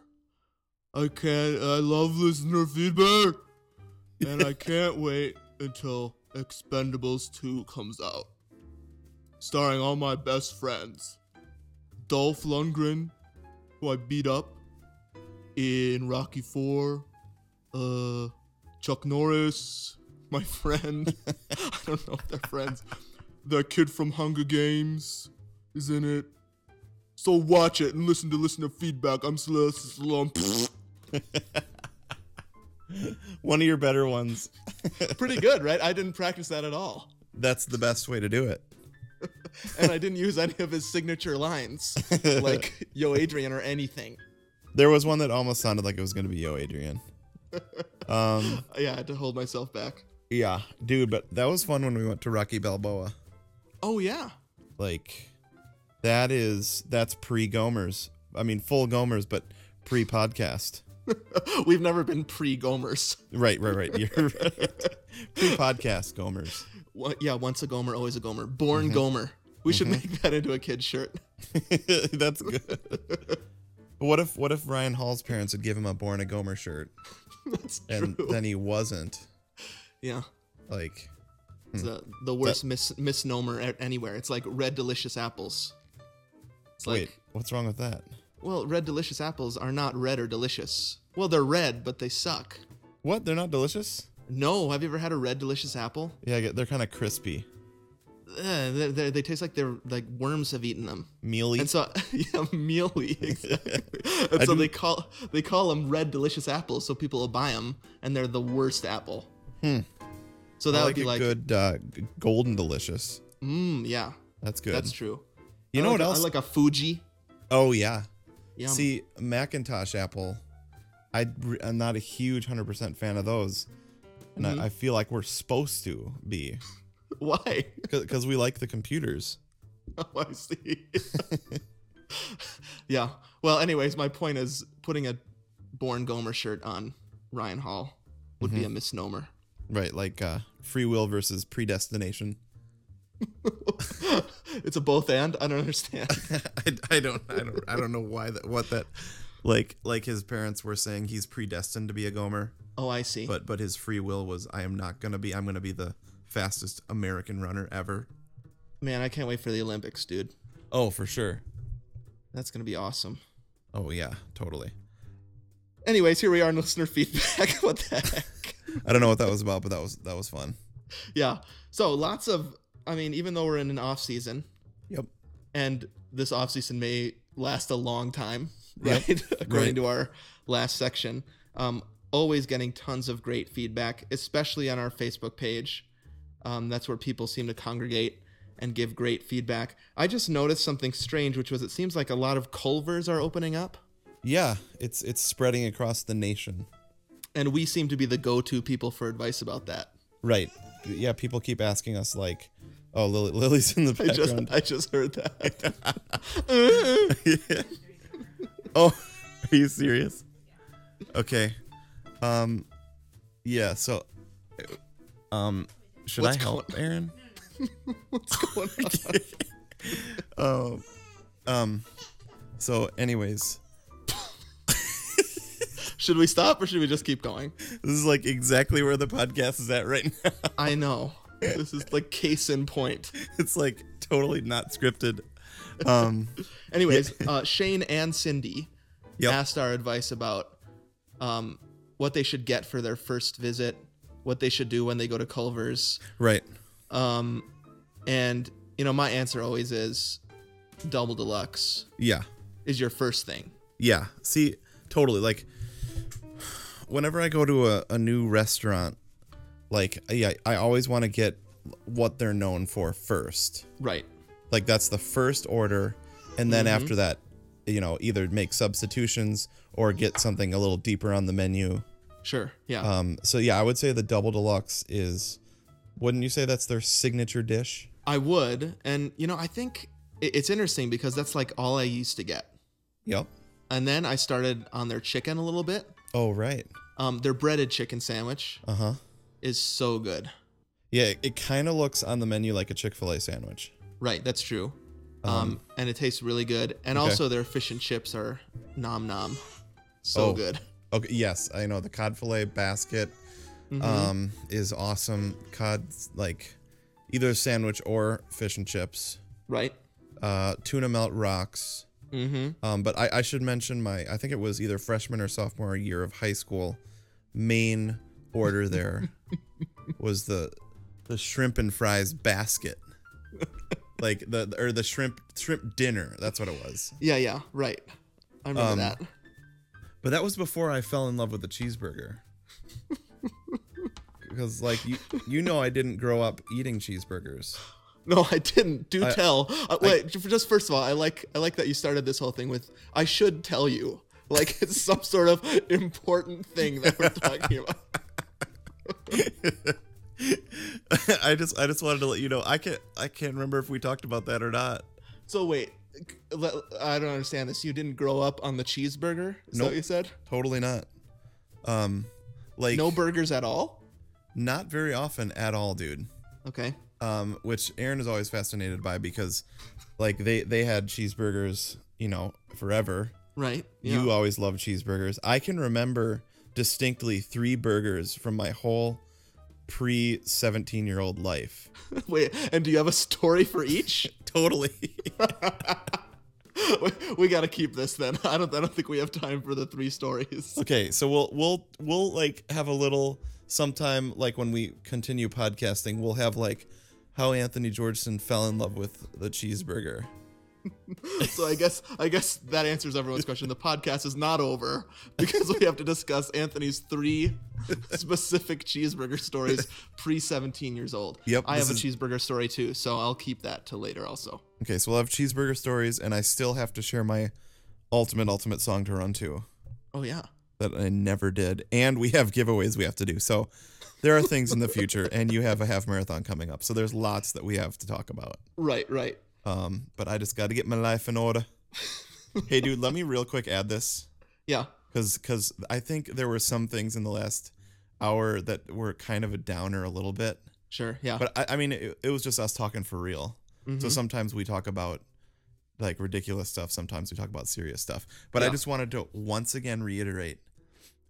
S3: I can't. I love listener feedback, and I can't wait until Expendables 2 comes out, starring all my best friends, Dolph Lundgren, who I beat up in Rocky 4, uh, Chuck Norris, my (laughs) friend. I don't know if they're friends. That kid from Hunger Games is in it. So watch it and listen to listener feedback. I'm Celeste Stallone.
S2: One of your better ones.
S1: (laughs) Pretty good, right? I didn't practice that at all.
S2: That's the best way to do it.
S1: And I didn't use any of his signature lines, like Yo Adrian or anything.
S2: There was one that almost sounded like it was going to be
S1: (laughs)
S2: Yo Adrian. Um,
S1: Yeah, I had to hold myself back.
S2: yeah, dude, but that was fun when we went to Rocky Balboa.
S1: Oh, yeah. (gasps)
S2: Like, that is that's pre Gomers. I mean, full Gomers, but pre podcast.
S1: We've never been pre Gomers.
S2: Right, right, right. You're
S1: (laughs)
S2: right. pre podcast Gomers. (laughs)
S1: Wha- Yeah, once a Gomer, always a Gomer. Born Gomer. We should make that into a kid's shirt. (laughs)
S2: that's good. What if what if Ryan Hall's parents had given him a Born a Gomer shirt
S1: That's true.
S2: and then he wasn't
S1: yeah.
S2: like
S1: It's uh the worst mis- misnomer a- anywhere. It's like red delicious apples. It's like,
S2: wait what's wrong with that
S1: well, red delicious apples are not red or delicious. Well, they're red, but they suck.
S2: what they're not delicious
S1: No, have you ever had a red delicious apple?
S2: yeah I get- they're kind of crispy
S1: Uh, they they they taste like they're like worms have eaten them.
S2: mealy
S1: And so (laughs) yeah,
S2: (laughs)
S1: mealy exactly. And
S2: I
S1: so
S2: do-
S1: they call they call them red delicious apples, so people will buy them, and they're the worst apple. So that
S2: Hmm. I
S1: would
S2: like
S1: be
S2: a
S1: like,
S2: good uh, g- golden delicious
S1: mm, yeah,
S2: that's good
S1: that's true.
S2: Mm. you
S1: I
S2: know
S1: like a-
S2: what
S1: I
S2: else
S1: like a Fuji.
S2: oh yeah
S1: Yum. (laughs)
S2: see Macintosh apple I re- I'm not a huge hundred percent fan of those and I, I feel like we're supposed to (laughs) be
S1: why?
S2: because we like the computers
S1: (laughs) Oh, I see. yeah. Well, anyways, my point is putting a Born Gomer shirt on Ryan Hall would be a misnomer. (laughs)
S2: right like uh, free will versus predestination.
S1: it's a both and. I don't understand.
S2: (laughs) I, I don't I don't I don't know why that what that like like his parents were saying he's predestined to be a gomer
S1: Oh, I see.
S2: but but his free will was I am not going to be I'm going to be the fastest American runner ever.
S1: Man, I can't wait for the Olympics, dude.
S2: Oh, for sure.
S1: That's gonna be awesome.
S2: Oh yeah, totally.
S1: Anyways, here we are in listener (laughs) feedback. what the heck?
S2: I don't know what that was about, but that was that was fun.
S1: Yeah. So lots of. I mean, even though we're in an off season,
S2: Yep.
S1: and this off season may last a long time,
S2: Yep.
S1: right? (laughs) According to our last section. Um, always getting tons of great feedback, especially on our Facebook page. Um, that's where people seem to congregate and give great feedback. I just noticed something strange, which was it seems like a lot of Culvers are opening up,
S2: Yeah, it's it's spreading across the nation.
S1: and we seem to be the go to people for advice about that.
S2: Right. Yeah, people keep asking us like, "Oh, Lily, Lily's in the (laughs)
S1: I just,
S2: background."
S1: I just heard
S2: (laughs)
S1: that.
S2: oh, are you serious? Okay. Um yeah, so um should
S1: What's
S2: I help Aaron?
S1: What's (laughs) going on?
S2: Oh. Um so anyways,
S1: Should we stop or should we just keep going?
S2: this is like exactly where the podcast is at right (laughs) now.
S1: I know. This is like case in point.
S2: It's like totally not scripted. Um
S1: Anyways, uh, Shane and Cindy
S2: Yep.
S1: asked our advice about um, what they should get for their first visit, what they should do when they go to Culver's.
S2: (laughs) right.
S1: Um, and, you know, my answer always is double deluxe
S2: Yeah.
S1: is your first thing.
S2: Yeah. See, totally. Like, whenever I go to a, a new restaurant, like, yeah, I always want to get what they're known for first.
S1: Right.
S2: Like, that's the first order. And then after that, you know, either make substitutions or get something a little deeper on the menu.
S1: Sure. Yeah.
S2: Uh, Um, so, yeah, I would say the double deluxe is, wouldn't you say that's their signature dish?
S1: I would, and you know, I think it- it's interesting because that's like all I used to get,
S2: Yep.
S1: and then I started on their chicken a little bit.
S2: Oh right.
S1: Um, their breaded chicken sandwich
S2: Uh huh.
S1: is so good.
S2: Yeah, it, it kind of looks on the menu like a Chick Fil A sandwich.
S1: Right, that's true. Um, and it tastes really good. And
S2: okay.
S1: also their fish and chips are nom nom, so
S2: Oh.
S1: good.
S2: Okay. Yes, I know the cod fillet basket um, is awesome. Cod like either sandwich or fish and chips.
S1: Right.
S2: Uh, tuna melt rocks.
S1: Mm-hmm.
S2: Um, but I, I should mention my I think it was either freshman or sophomore year of high school. Main order there was the the shrimp and fries basket, like the or the shrimp shrimp dinner. That's what it was.
S1: Yeah, yeah. Right. I remember
S2: Um,
S1: that. (laughs)
S2: But that was before I fell in love with the (laughs) cheeseburger. Because like you you know I didn't grow up eating cheeseburgers.
S1: No, I didn't. Do
S2: I-
S1: tell. Uh, wait, ju- just first of all, I like I like that you started this whole thing with I should tell you. (laughs) Like it's some sort of important thing that we're talking about.
S2: (laughs) (laughs) I just I just wanted to let you know I can't I can't remember if we talked about that or not.
S1: So wait, c- le- I don't understand this. You didn't grow up on the cheeseburger? Is that
S2: Nope.
S1: what you said?
S2: Totally not. Um like
S1: No burgers at all?
S2: not very often at all, dude.
S1: Okay.
S2: Um, which Aaron is always fascinated by because, like, they they had cheeseburgers, you know, forever.
S1: Right.
S2: You always loved cheeseburgers. I can remember distinctly three burgers from my whole pre seventeen year old life.
S1: Wait, and do you have a story for each? (laughs)
S2: Totally.
S1: We- we got to keep this then. (laughs) I don't. I don't think we have time for the three stories. (laughs)
S2: okay, so we'll we'll we'll like have a little sometime like when we continue podcasting, we'll have like how Anthony Georgeson fell in love with the cheeseburger.
S1: So I guess I guess that answers everyone's question. The podcast is not over (laughs) because we have to discuss Anthony's three (laughs) specific cheeseburger
S2: (laughs)
S1: stories pre seventeen years old.
S2: Yep,
S1: I have
S2: this
S1: a
S2: is-
S1: cheeseburger story too, so I'll keep that to later. Also,
S2: Okay, so we'll have cheeseburger stories, and I still have to share my ultimate ultimate song to run to
S1: oh yeah,
S2: that I never did, and we have giveaways we have to do. So there are things in the future, and you have a half marathon coming up. So there's lots that we have to talk about.
S1: right, right.
S2: Um, but I just got to get my life in order. hey, dude, let me real quick add this
S1: Yeah,
S2: because because I think there were some things in the last hour that were kind of a downer a little bit.
S1: sure, yeah.
S2: But I, I mean, it, it was just us talking for real. So
S1: Mhm.
S2: sometimes we talk about like ridiculous stuff. Sometimes we talk about serious stuff. But I
S1: Yeah.
S2: just wanted to once again reiterate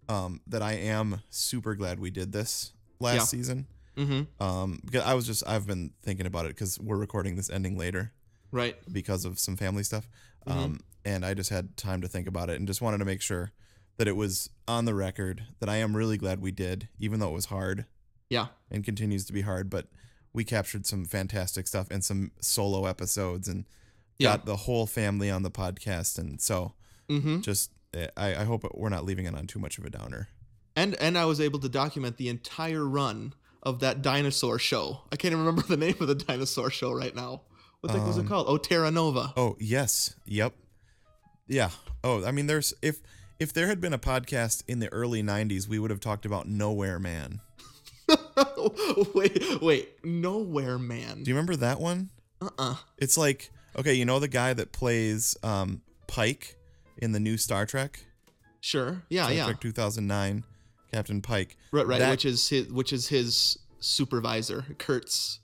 S2: um, that I am super glad we did this last
S1: Yeah.
S2: season.
S1: mm-hmm.
S2: Um, because I was just I've been thinking about it because we're recording this ending later
S1: Right.
S2: because of some family stuff.
S1: Mm-hmm.
S2: Um, and I just had time to think about it and just wanted to make sure that it was on the record that I am really glad we did, even though it was hard
S1: Yeah.
S2: and continues to be hard, but we captured some fantastic stuff and some solo episodes and
S1: Yeah.
S2: got the whole family on the podcast. And so
S1: Mm-hmm.
S2: just, eh, I, I hope we're not leaving it on too much of a downer.
S1: and and I was able to document the entire run of that dinosaur show. I can't even remember (laughs) the name of the dinosaur show right now. What the heck was it
S2: Um,
S1: called? Oh, Terra Nova. (laughs)
S2: Oh yes. Yep. Yeah. Oh, I mean, there's, if, if there had been a podcast in the early 90s, we would have talked about Nowhere Man.
S1: (laughs) wait, wait, Nowhere Man.
S2: oh. Do you remember that one?
S1: Uh uh
S2: It's like, okay, you know the guy that plays um, Pike in the new Star Trek?
S1: Sure. Yeah,
S2: Star
S1: Uh, yeah.
S2: Trek 2009, Captain Pike.
S1: Right, right.
S2: That-
S1: which is his, which is his supervisor, Kurt's,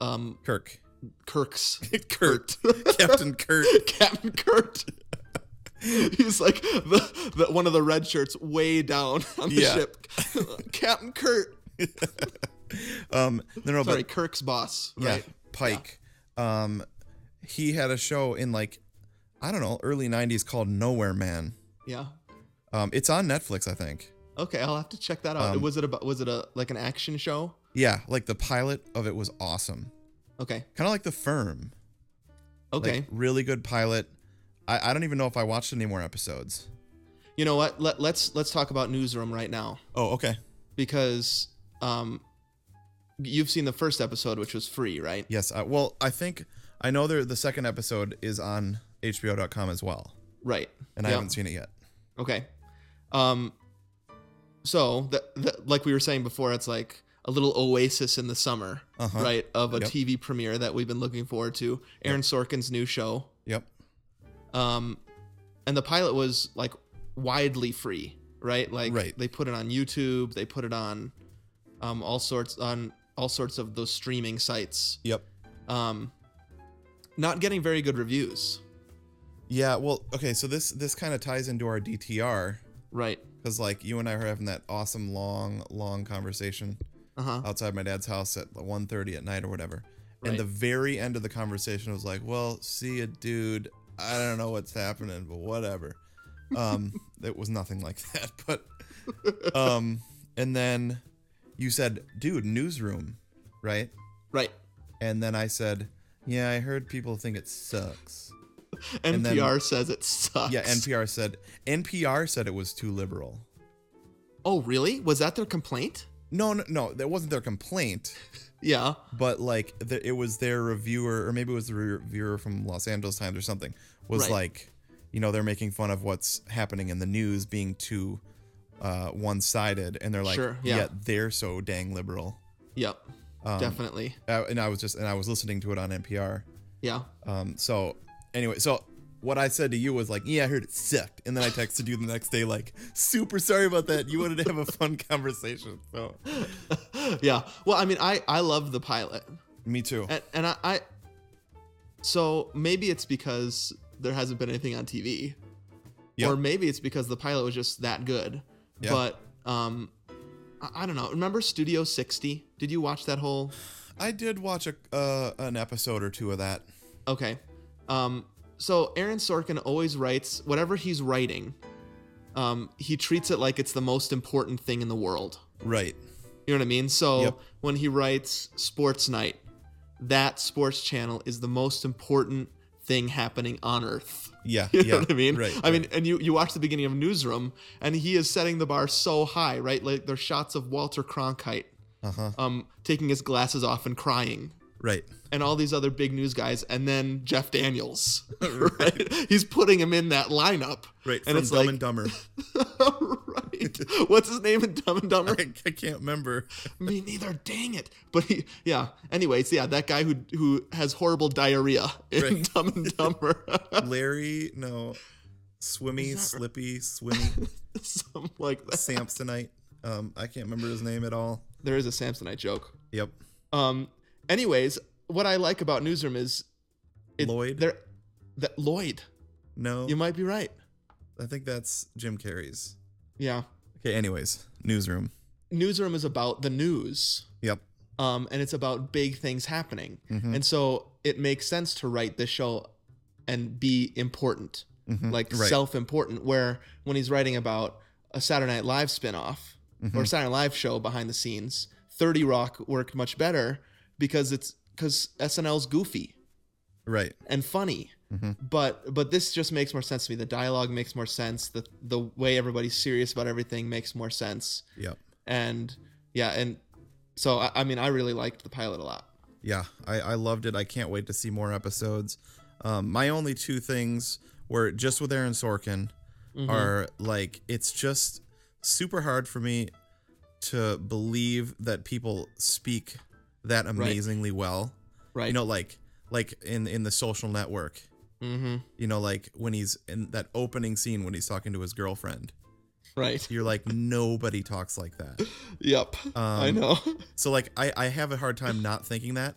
S1: um,
S2: Kirk.
S1: Kirk's
S2: (laughs) Kurt. Captain Kurt.
S1: (laughs) Captain Kurt. (laughs) He's like the, the one of the red shirts way down (laughs) on the
S2: Yeah. (laughs)
S1: ship. Captain Kurt.
S2: Um, no, no,
S1: Sorry,
S2: but
S1: Kirk's boss.
S2: yeah,
S1: Right.
S2: Pike. Um, he had a show in like, I don't know, early '90s called Nowhere Man.
S1: Yeah.
S2: Um, it's on Netflix, I think.
S1: Okay, I'll have to check that out.
S2: Um,
S1: was it about? Was it a like an action show?
S2: Yeah, like the pilot of it was awesome.
S1: Okay.
S2: Kind of like The Firm. Like,
S1: Okay.
S2: really good pilot. I, I don't even know if I watched any more episodes.
S1: you know what? Let, let's let's talk about Newsroom right now
S2: Oh, okay.
S1: because um, you've seen the first episode, which was free, right?
S2: Yes. I, well, I think I know there. The second episode is on HBO.com as well,
S1: Right.
S2: and I
S1: Yeah.
S2: haven't seen it yet.
S1: Okay. Um. So that, that like we were saying before, it's like a little oasis in the summer,
S2: Uh-huh.
S1: right, of a
S2: Yep.
S1: TV premiere that we've been looking forward to. Aaron Sorkin's new show.
S2: Yep.
S1: Um, and the pilot was like widely free, right? Like
S2: Right.
S1: they put it on YouTube, they put it on um, all sorts on all sorts of those streaming sites.
S2: Yep.
S1: Um, not getting very good reviews,
S2: Yeah. Well, okay. So this this kind of ties into our DTR
S1: right?
S2: because like you and I were having that awesome long long conversation
S1: Uh huh.
S2: outside my dad's house at 1.30 at night or whatever.
S1: Right.
S2: And the very end of the conversation was like, well, see ya, dude. I don't know what's happening, but whatever.
S1: (laughs)
S2: Um, it was nothing like that. (laughs) But, um, and then you said, dude, newsroom, right?
S1: Right.
S2: And then I said, yeah, I heard people think it sucks.
S1: NPR
S2: And then-
S1: says it sucks.
S2: Yeah, NPR said, NPR said it was too liberal.
S1: Oh, really? Was that their complaint?
S2: No, no, no, that wasn't their complaint.
S1: Yeah.
S2: but like the, it was their reviewer or maybe it was the reviewer from los angeles times or something was
S1: Right.
S2: like you know they're making fun of what's happening in the news being too uh, one-sided and they're like
S1: Sure, yeah.
S2: yeah. they're so dang liberal
S1: Yep.
S2: um,
S1: definitely.
S2: uh, and i was just and i was listening to it on npr
S1: Yeah. (gasps)
S2: um, so anyway so what i said to you was like yeah i heard it sucked and then i texted you the next day like super sorry about that you wanted to have a fun (laughs) conversation so
S1: Yeah. Well, I mean, I I love the pilot,
S2: me too
S1: and, and I, I. So maybe it's because there hasn't been anything on TV,
S2: Yeah.
S1: or maybe it's because the pilot was just that good.
S2: Yeah.
S1: But um, I, I don't know. Remember Studio 60? Did you watch that whole?
S2: i did watch a uh, an episode or two of that
S1: Okay. Um, so Aaron Sorkin always writes whatever he's writing. Um, he treats it like it's the most important thing in the world.
S2: Right.
S1: You know what I mean? So
S2: Yep.
S1: when he writes Sports Night, that sports channel is the most important thing happening on earth. (laughs)
S2: (laughs) Yeah.
S1: You
S2: yeah.
S1: know what I mean?
S2: Right.
S1: I mean, and you, you watch the beginning of Newsroom, and he is setting the bar so high, right? Like there's shots of Walter Cronkite
S2: Uh huh.
S1: um, taking his glasses off and crying
S2: Right.
S1: and all these other big news guys, and then Jeff
S2: (laughs)
S1: Daniels. (laughs) right? He's putting him in that lineup. (laughs)
S2: Right.
S1: And
S2: From
S1: it's
S2: Dumb
S1: like,
S2: and Dumber.
S1: right. What's his name in Dumb and Dumber?
S2: (laughs) I, I can't (laughs) remember.
S1: Me neither. Dang it. But he, yeah. Anyways, yeah, that guy who who has horrible diarrhea in
S2: Right.
S1: (laughs) Dumb and Dumber,
S2: Larry. No. Swimmy. Slippy. Swimmy.
S1: something like that.
S2: Samsonite. Um, I can't remember his name at all.
S1: There is a Samsonite joke.
S2: Yep.
S1: Um. Anyways, what I like about Newsroom is
S2: Lloyd?
S1: There, that Lloyd.
S2: No.
S1: You might be right.
S2: I think that's Jim Carrey's.
S1: Yeah.
S2: Okay. Anyways, newsroom.
S1: Newsroom is about the news.
S2: Yep.
S1: um, and it's about big things happening.
S2: Mhm.
S1: And so it makes sense to write this show and be important,
S2: Mhm.
S1: like
S2: Right.
S1: self important, where when he's writing about a Saturday Night Live spinoff
S2: Mm-hmm.
S1: or Saturday Night Live show behind the scenes, 30 Rock worked much better because it's because SNL's goofy
S2: Right.
S1: and funny.
S2: Mm-hmm.
S1: But but this just makes more sense to me. The dialogue makes more sense. The the way everybody's serious about everything makes more sense.
S2: Yep.
S1: And yeah, and so I, I mean I really liked the pilot a lot.
S2: Yeah. I, I loved it. I can't wait to see more episodes. Um, my only two things were just with Aaron Sorkin.
S1: Mm-hmm.
S2: are like it's just super hard for me to believe that people speak that amazingly well.
S1: right
S2: You know, like like in in the social network. (laughs)
S1: mm-hmm.
S2: You know, like when he's in that opening scene when he's talking to his girlfriend.
S1: right
S2: You're like nobody talks like that.
S1: yep (laughs) i
S2: Um,
S1: know (laughs)
S2: So like I I have a hard time not thinking that.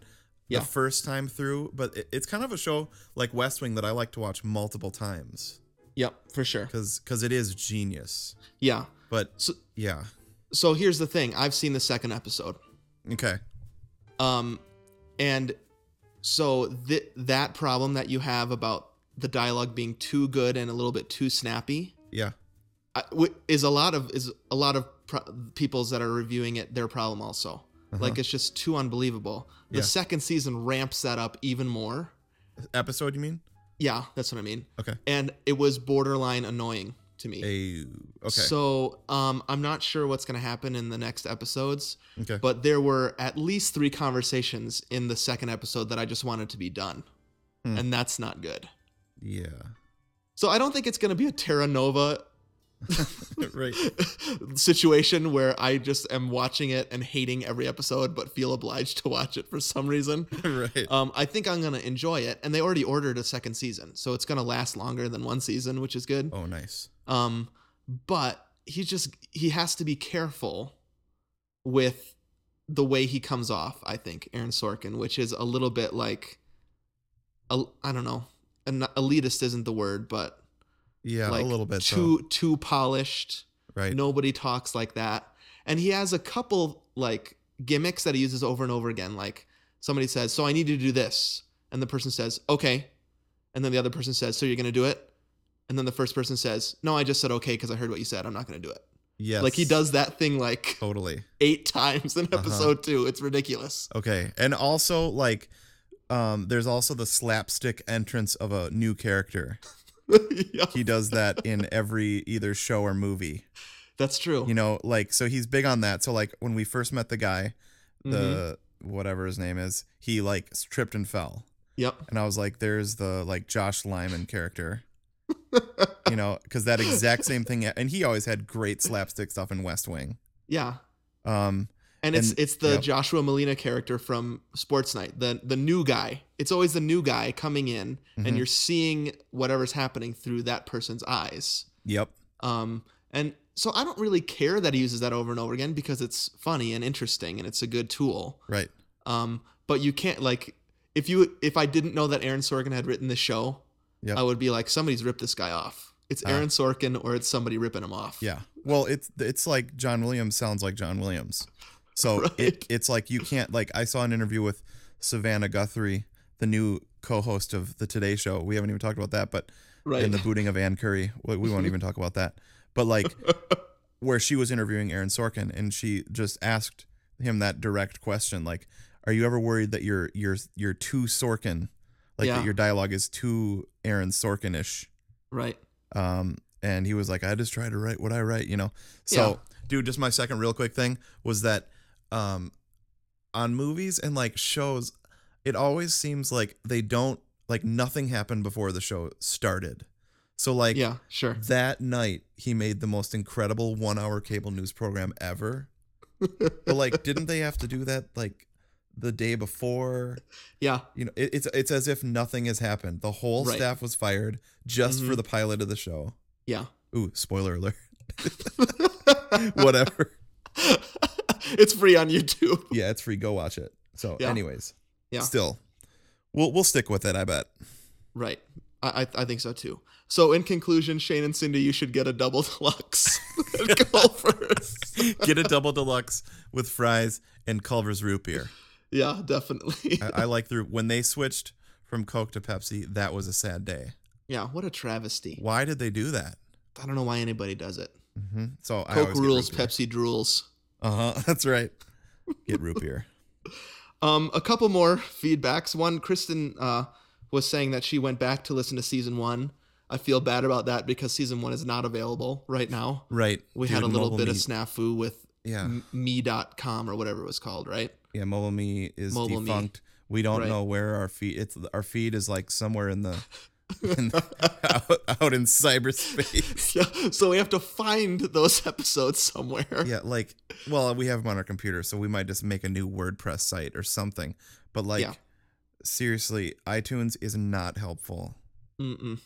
S1: Yeah.
S2: The first time through, but it- it's kind of a show like West Wing that I like to watch multiple times
S1: yep for sure
S2: because because it is genius.
S1: yeah
S2: But
S1: So-
S2: yeah,
S1: so here's the thing i've seen the second episode
S2: okay,
S1: um and so th- that problem that you have about the dialogue being too good and a little bit too snappy
S2: yeah.
S1: I, w- is a lot of is a lot of pro- people's that are reviewing it their problem also like it's just too unbelievable the
S2: Uh-huh. Yeah.
S1: second season ramps that up even more
S2: episode you mean
S1: yeah that's what i mean
S2: okay
S1: and it was borderline annoying to me
S2: a okay
S1: So um, I'm not sure what's going to happen in the next episodes,
S2: okay
S1: but there were at least three conversations in the second episode that I just wanted to be done.
S2: Hmm.
S1: And that's not good.
S2: yeah (laughs)
S1: So I don't think it's going to be a Terra Nova (laughs)
S2: right.
S1: situation where I just am watching it and hating every episode, but feel obliged to watch it for some reason.
S2: Right.
S1: Um, I think I'm gonna enjoy it, and they already ordered a second season, so it's gonna last longer than one season, which is good.
S2: Oh, nice.
S1: Um, but he just he has to be careful with the way he comes off. I think Aaron Sorkin, which is a little bit like, a, I don't know, an elitist isn't the word, but
S2: Yeah,
S1: like
S2: a little bit.
S1: too
S2: Too
S1: too polished.
S2: right.
S1: Nobody talks like that. And he has a couple like gimmicks that he uses over and over again. Like somebody says, "So I need you to do this," and the person says, "Okay," and then the other person says, "So you're gonna do it?" And then the first person says, "No, I just said okay because I heard what you said. I'm not gonna do it."
S2: Yes. Oh. Uh-huh.
S1: Like he does that thing like
S2: totally.
S1: (laughs) eight times in episode two. It's ridiculous. (laughs)
S2: Okay. And also like um there's also the slapstick entrance of a new character.
S1: yeah,
S2: He does that in every either show or movie.
S1: that's true.
S2: You know, like so he's big on that. So like when we first met the guy,
S1: Mhm.
S2: the whatever his name is, he like tripped and fell.
S1: Yep.
S2: And I was like there's the like Josh Lyman character. you know, cuz that exact same thing and he always had great slapstick stuff in West Wing.
S1: Yeah.
S2: Um
S1: And it's
S2: And-
S1: it's the
S2: yep.
S1: Joshua Molina character from Sports Night, the the new guy. It's always the new guy coming in, and
S2: Mhm.
S1: you're seeing whatever's happening through that person's eyes.
S2: yep.
S1: Um, and so I don't really care that he uses that over and over again because it's funny and interesting, and it's a good tool.
S2: Right.
S1: Um, but you can't like if you if I didn't know that Aaron Sorkin had written this show,
S2: Yep.
S1: I would be like somebody's ripped this guy off. It's
S2: Ah.
S1: Aaron Sorkin or it's somebody ripping him off.
S2: Yeah. Well, it's it's like John Williams sounds like John Williams. So
S1: Right. (laughs)
S2: it, it's like you can't like I saw an interview with Savannah Guthrie, the new co-host of the Today Show. We haven't even talked about that, but
S1: Right. Mm-hmm.
S2: and the booting of Ann Curry. We, we won't even talk about that. But
S1: (laughs)
S2: like where she was interviewing Aaron Sorkin and she just asked him that direct question like are you ever worried that you're you're you're too Sorkin? Like
S1: Yeah.
S2: that your dialogue is too Aaron Sorkin-ish
S1: right.
S2: um, and he was like, "I just try to write what I write," you know. So,
S1: Yeah.
S2: dude, just my second real quick thing was that um, on movies and like shows, it always seems like they don't like nothing happened before the show started. So like
S1: yeah. Sure.
S2: that night, he made the most incredible one-hour cable news program ever. but like, didn't they have to do that like the day before?
S1: Yeah.
S2: You know, it, it's it's as if nothing has happened. The whole
S1: Right.
S2: staff was fired just for
S1: Mhm.
S2: the pilot of the show.
S1: Yeah.
S2: Ooh, spoiler alert. (laughs)
S1: (laughs)
S2: Whatever.
S1: it's free on YouTube.
S2: Yeah, it's free. Go watch it. So,
S1: Yeah.
S2: anyways,
S1: Yeah.
S2: still, we'll we'll stick with it. I bet. (laughs)
S1: Right. I, I I think so too. So in conclusion, Shane and Cindy, you should get a double deluxe. (laughs) Go first.
S2: Get a double deluxe with fries and Culver's root beer.
S1: Yeah, definitely.
S2: I, I like through when they switched from Coke to Pepsi. That was a sad day.
S1: Yeah, what a travesty.
S2: Why did they do that?
S1: I don't know why anybody does it.
S2: hmm So I
S1: Mm-hmm. Coke rules, Pepsi drools.
S2: Uh huh. (laughs) That's right. Get root beer.
S1: Um, a couple more feedbacks. One, Kristen uh, was saying that she went back to listen to season one. I feel bad about that because season one is not available right now.
S2: Right.
S1: (laughs) We had a
S2: Dude,
S1: little
S2: Mobile
S1: bit of
S2: Me-
S1: snafu with
S2: yeah.
S1: m- me.com or whatever it was called, right?
S2: Yeah, Mobile Me is
S1: Mobile Me.
S2: defunct. We don't
S1: Right.
S2: know where our feed. It's our feed is like somewhere
S1: (laughs)
S2: in the, in the out, out in cyberspace.
S1: Yeah, so we have to find those (laughs) episodes somewhere.
S2: yeah, like well, we have them on our computer, so we might just make a new WordPress site or something. But like,
S1: Yeah.
S2: seriously, iTunes is not helpful.
S1: Mm-mm.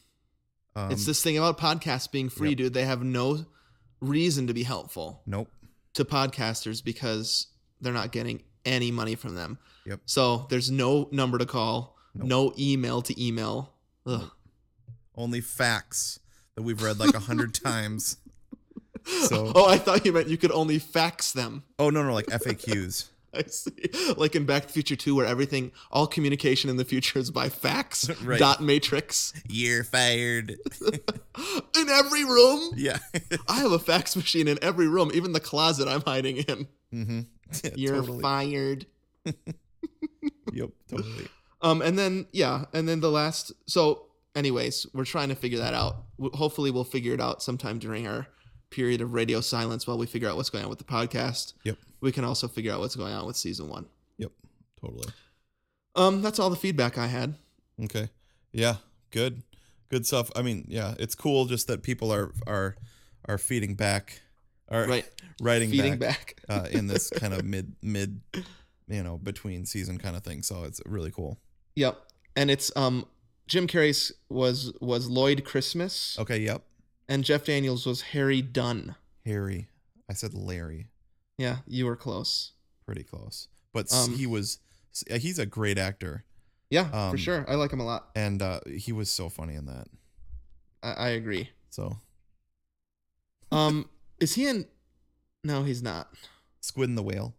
S2: Um,
S1: it's this thing about podcasts being free,
S2: yep.
S1: dude. They have no reason to be helpful
S2: nope.
S1: to podcasters because they're not getting any money from them.
S2: Yep.
S1: So there's no number to call, no email to email. Ugh.
S2: Only facts that we've read like a
S1: (laughs)
S2: hundred times. So
S1: Oh, I thought you meant you could only fax them. (laughs)
S2: oh no no like FAQs.
S1: I see. Like in Back to the Future 2, where everything, all communication in the future is by fax,
S2: (laughs) Right.
S1: dot matrix.
S2: You're fired.
S1: In every room.
S2: Yeah. (laughs)
S1: I have a fax (laughs) machine in every room, even the closet I'm hiding in.
S2: mm-hmm. Yeah,
S1: You're
S2: totally.
S1: fired.
S2: Yep. Totally.
S1: Um, and then yeah, and then the last. So, anyways, we're trying to figure that out. W- hopefully, we'll figure it out sometime during our period of radio silence while we figure out what's going on with the podcast.
S2: Yep.
S1: We can also figure out what's going on with season one.
S2: Yep. Totally.
S1: Um, that's all the feedback I had.
S2: Okay. Yeah. Good. Good stuff. I mean, yeah, it's cool just that people are are are feeding back, are
S1: Right.
S2: writing
S1: Feeding
S2: back,
S1: back. (laughs)
S2: uh, in this kind of mid mid, you know, between season kind of thing. So it's really cool.
S1: Yep. And it's um Jim Carrey's was was Lloyd Christmas
S2: Okay, yep.
S1: and Jeff Daniels was Harry Dunn.
S2: Harry, I said Larry,
S1: Yeah, you were close.
S2: pretty close, but s
S1: Um,
S2: he was he's a great actor,
S1: Yeah,
S2: Um,
S1: for sure. I like him a lot.
S2: and uh, he was so funny in that.
S1: I, I agree.
S2: So
S1: Um is he in No, he's not.
S2: Squid and the Whale.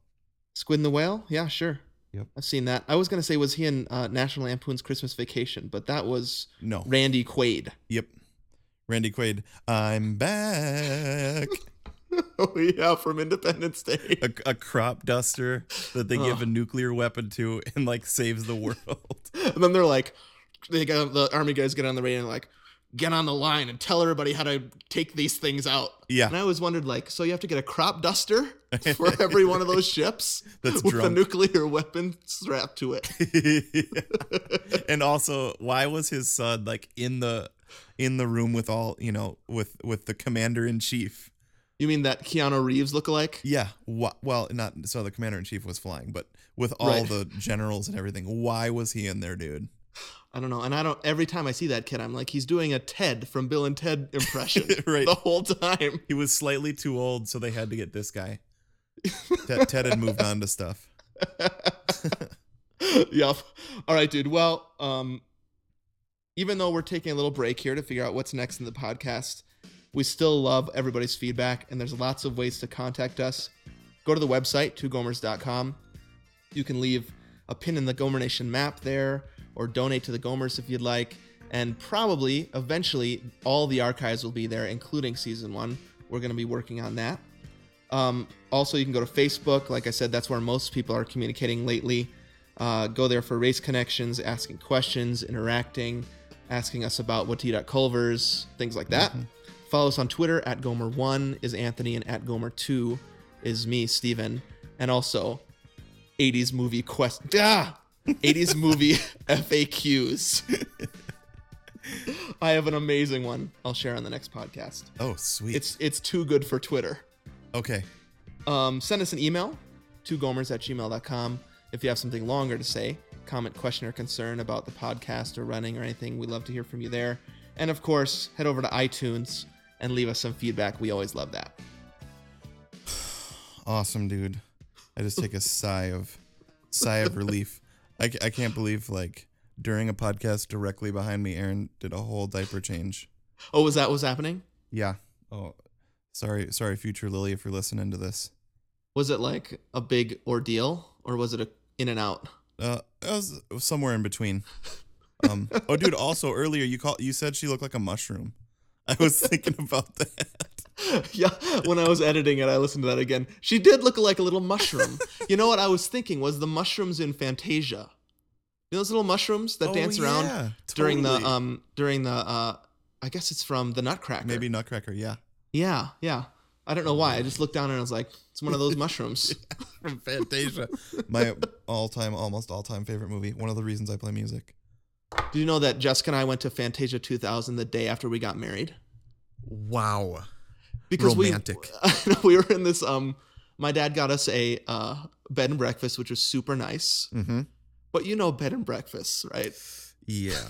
S1: Squid and the Whale? Yeah, sure.
S2: Yep.
S1: I've seen that. I was gonna say was he in uh, National Lampoon's Christmas Vacation, but that was
S2: No,
S1: Randy Quaid. (laughs)
S2: Yep. Randy Quaid, I'm back.
S1: oh yeah, from Independence Day.
S2: a, a crop duster that they give
S1: Ugh.
S2: a nuclear weapon to and like saves the world.
S1: (laughs)
S2: (laughs)
S1: And then they're like, they got the army guys get on the radio and like, get on the line and tell everybody how to take these things out. (laughs)
S2: Yeah.
S1: And I always wondered, like, so you have to get a crop (laughs) duster for every one of those ships
S2: That's
S1: with a
S2: drunk.
S1: nuclear (laughs) weapon strapped to it.
S2: (laughs) and also, why was his son like in the in the room with all, you know, with with the commander in chief?
S1: You mean that Keanu Reeves lookalike?
S2: Yeah. Wha- well, not so the commander in chief was flying, but with all
S1: Right.
S2: the generals and everything. Why was he in there, dude? (laughs)
S1: I don't know. And I don't. Every time I see that kid, I'm like, he's doing a Ted from Bill and Ted impression
S2: (laughs) Right.
S1: the whole time.
S2: He was slightly too old, so they had to get
S1: (laughs)
S2: this guy. Ted, Ted had moved on to stuff.
S1: (laughs) yup. All right, dude. Well, um, even though we're taking a little break here to figure out what's next in the podcast, we still love everybody's feedback, and there's lots of ways to contact us. Go to the website, twogomers.com. You can leave a pin in the Gomer Nation map there, or donate to the Gomers if you'd like. And probably, eventually, all the archives will be there, including season one. We're going to be working on that. Um, also, you can go to Facebook. Like I said, that's where most people are communicating lately. Uh, go there for race connections, asking questions, interacting, asking us about what to eat at Culver's, things like that. Follow us on Twitter at Gomer1 is Anthony and at Gomer2 is me, Steven. And also 80s movie quest. Ah! 80s movie FAQs. I have an amazing one I'll share on the next podcast.
S2: Oh, sweet.
S1: It's it's too good for Twitter
S2: okay.
S1: um, send us an email to gomers at gmail.com if you have something longer to say comment question or concern about the podcast or running or anything we'd love to hear from you there and of course head over to itunes and leave us some feedback we always love that
S2: Awesome, dude. I just take a sigh of sigh of relief. I, ca- I can't believe like during a podcast directly behind me, Aaron did a whole diaper change.
S1: oh was that what's happening
S2: Yeah. Oh, sorry, sorry, future Lily, if you're listening to this.
S1: was it like a big ordeal or was it a in and out (laughs)
S2: Uh, I was somewhere in between. Um. Oh, dude. Also, earlier you call you said she looked like a mushroom. I
S1: (laughs)
S2: was thinking about that.
S1: yeah when i was editing it i listened to that again she did look like a little mushroom you know what i was thinking was the mushrooms in fantasia you know those little mushrooms that
S2: Oh,
S1: dance around
S2: yeah,
S1: during the
S2: totally.
S1: um during the uh I guess it's from the Nutcracker.
S2: maybe
S1: (laughs)
S2: Nutcracker. Yeah.
S1: Yeah, yeah. I don't know why. I just looked down and I was like, it's one of
S2: (laughs)
S1: those mushrooms.
S2: From Fantasia. My all-time, almost all-time favorite movie. One of the reasons I play music.
S1: Do you know that Jessica and I went to Fantasia 2000 the day after we got married?
S2: Wow.
S1: Because (laughs)
S2: Romantic.
S1: we we were in this um my dad got us a uh bed and breakfast which was super nice.
S2: Mm-hmm.
S1: But you know bed and breakfasts, right? (laughs)
S2: (laughs) Yeah.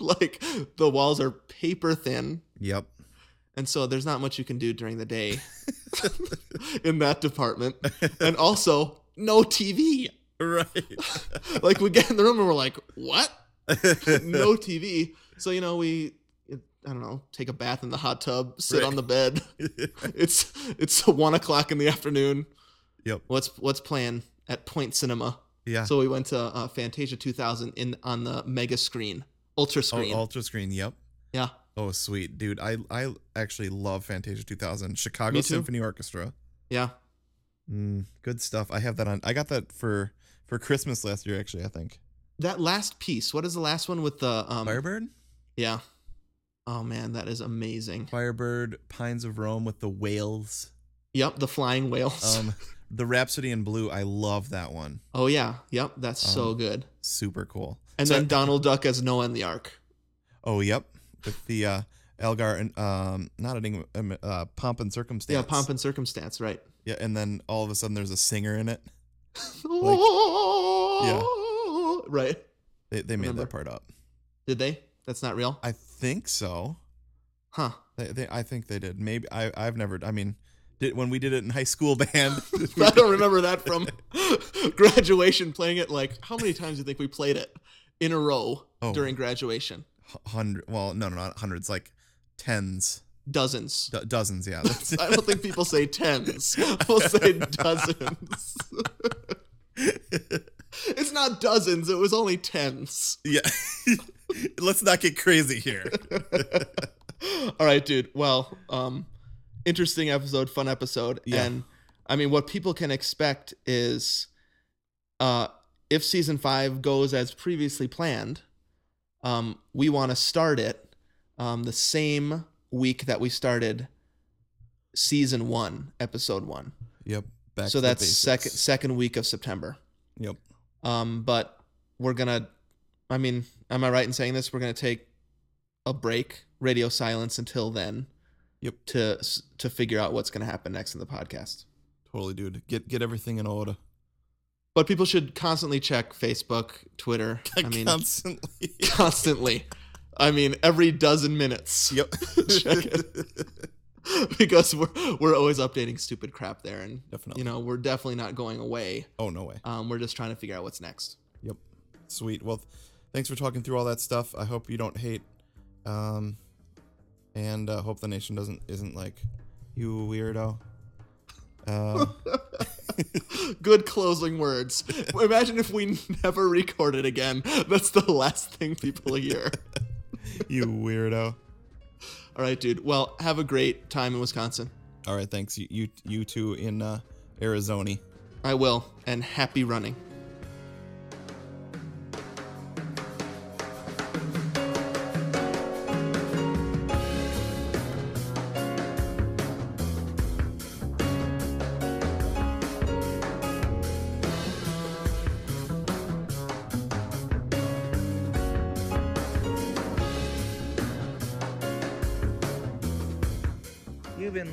S1: like the walls are paper thin.
S2: Yep.
S1: and so there's not much you can do during the
S2: (laughs)
S1: day (laughs) in that department and also no tv
S2: Right.
S1: (laughs) like we get in the room and we're like what no
S2: (laughs)
S1: tv so you know we i don't know take a bath in the hot tub sit
S2: Right.
S1: on the bed (laughs) it's it's (laughs) one o'clock in the afternoon
S2: Yep. Ah.
S1: what's what's playing at point cinema
S2: (laughs) yeah.
S1: so we went to uh, fantasia 2000 in on the mega screen ultra
S2: oh,
S1: screen
S2: ultra screen. Yep.
S1: yeah
S2: Oh, sweet, dude. I I actually love Fantasia 2000, Chicago
S1: Me too.
S2: Symphony Orchestra.
S1: yeah
S2: Mm, good stuff. I have that on. I got that for for Christmas last year, actually. I think.
S1: that last piece what is the last one with the um
S2: Firebird.
S1: Yeah. Oh man, that is amazing.
S2: Firebird. Pines of Rome with the whales.
S1: Yep, the flying whales.
S2: (laughs) Um, the Rhapsody in Blue. I love that one.
S1: oh yeah, yep, that's so
S2: um,
S1: good.
S2: Super cool.
S1: And
S2: so-
S1: then Donald Duck as Noah in the Ark.
S2: Oh, yep. With the uh, Algar and um, not an English, uh, pomp and circumstance.
S1: Yeah, pomp and circumstance, right?
S2: Yeah, and then all of a sudden there's a singer in it.
S1: (laughs) Right.
S2: They, they made
S1: Remember.
S2: that part up.
S1: Did they? That's not real?
S2: I think so.
S1: Huh. (laughs)
S2: They, they, I think they did. Maybe I, I've never. I mean, did when we did it in high
S1: (laughs)
S2: school (laughs) band. did we-
S1: I don't remember that from (laughs) graduation playing it like how many times do you think we played it in a row
S2: Oh.
S1: during graduation?
S2: H- hundred. Well, no, no, not hundreds. Like tens, (laughs)
S1: Dozens.
S2: do-
S1: (laughs)
S2: dozens. Yeah. That's- (laughs)
S1: I don't think people say tens. We'll say dozens. (laughs) it's not dozens, it was only tens.
S2: yeah. (laughs) Let's not get
S1: (laughs)
S2: crazy here.
S1: All right, dude. Well, um, interesting episode, fun episode,
S2: Yeah.
S1: and I mean, what people can expect is, uh, if season five goes as previously planned, um, we want to start it, um, the same week that we started season one, episode one.
S2: Yep. Back
S1: so
S2: to the
S1: that's
S2: basics.
S1: second second week of September.
S2: Yep.
S1: Um, but we're gonna, I mean, am I right in saying this? We're gonna take a break, radio silence until then.
S2: Yep.
S1: To s- to figure out what's gonna happen next in the podcast.
S2: Totally, dude. Get get everything in order.
S1: But people should constantly check Facebook,
S2: (laughs)
S1: Twitter. I mean,
S2: constantly.
S1: constantly. I mean, every dozen minutes.
S2: yep.
S1: Check (laughs) because we're we're always updating stupid crap there, and
S2: Definitely.
S1: you know we're definitely not going away.
S2: (laughs) Oh no way.
S1: Um, we're just trying to figure out what's next.
S2: Yep. Sweet. Well, th- thanks for talking through all that stuff. I hope you don't hate, um, and uh, hope the nation doesn't isn't like you weirdo. Uh,
S1: Good closing words. Imagine if we never recorded again. That's the last thing people hear.
S2: you weirdo.
S1: All right, dude. Well, have a great time in Wisconsin.
S2: All right. Thanks. You you, you two in uh, Arizona.
S1: I will, and happy running.
S4: You've been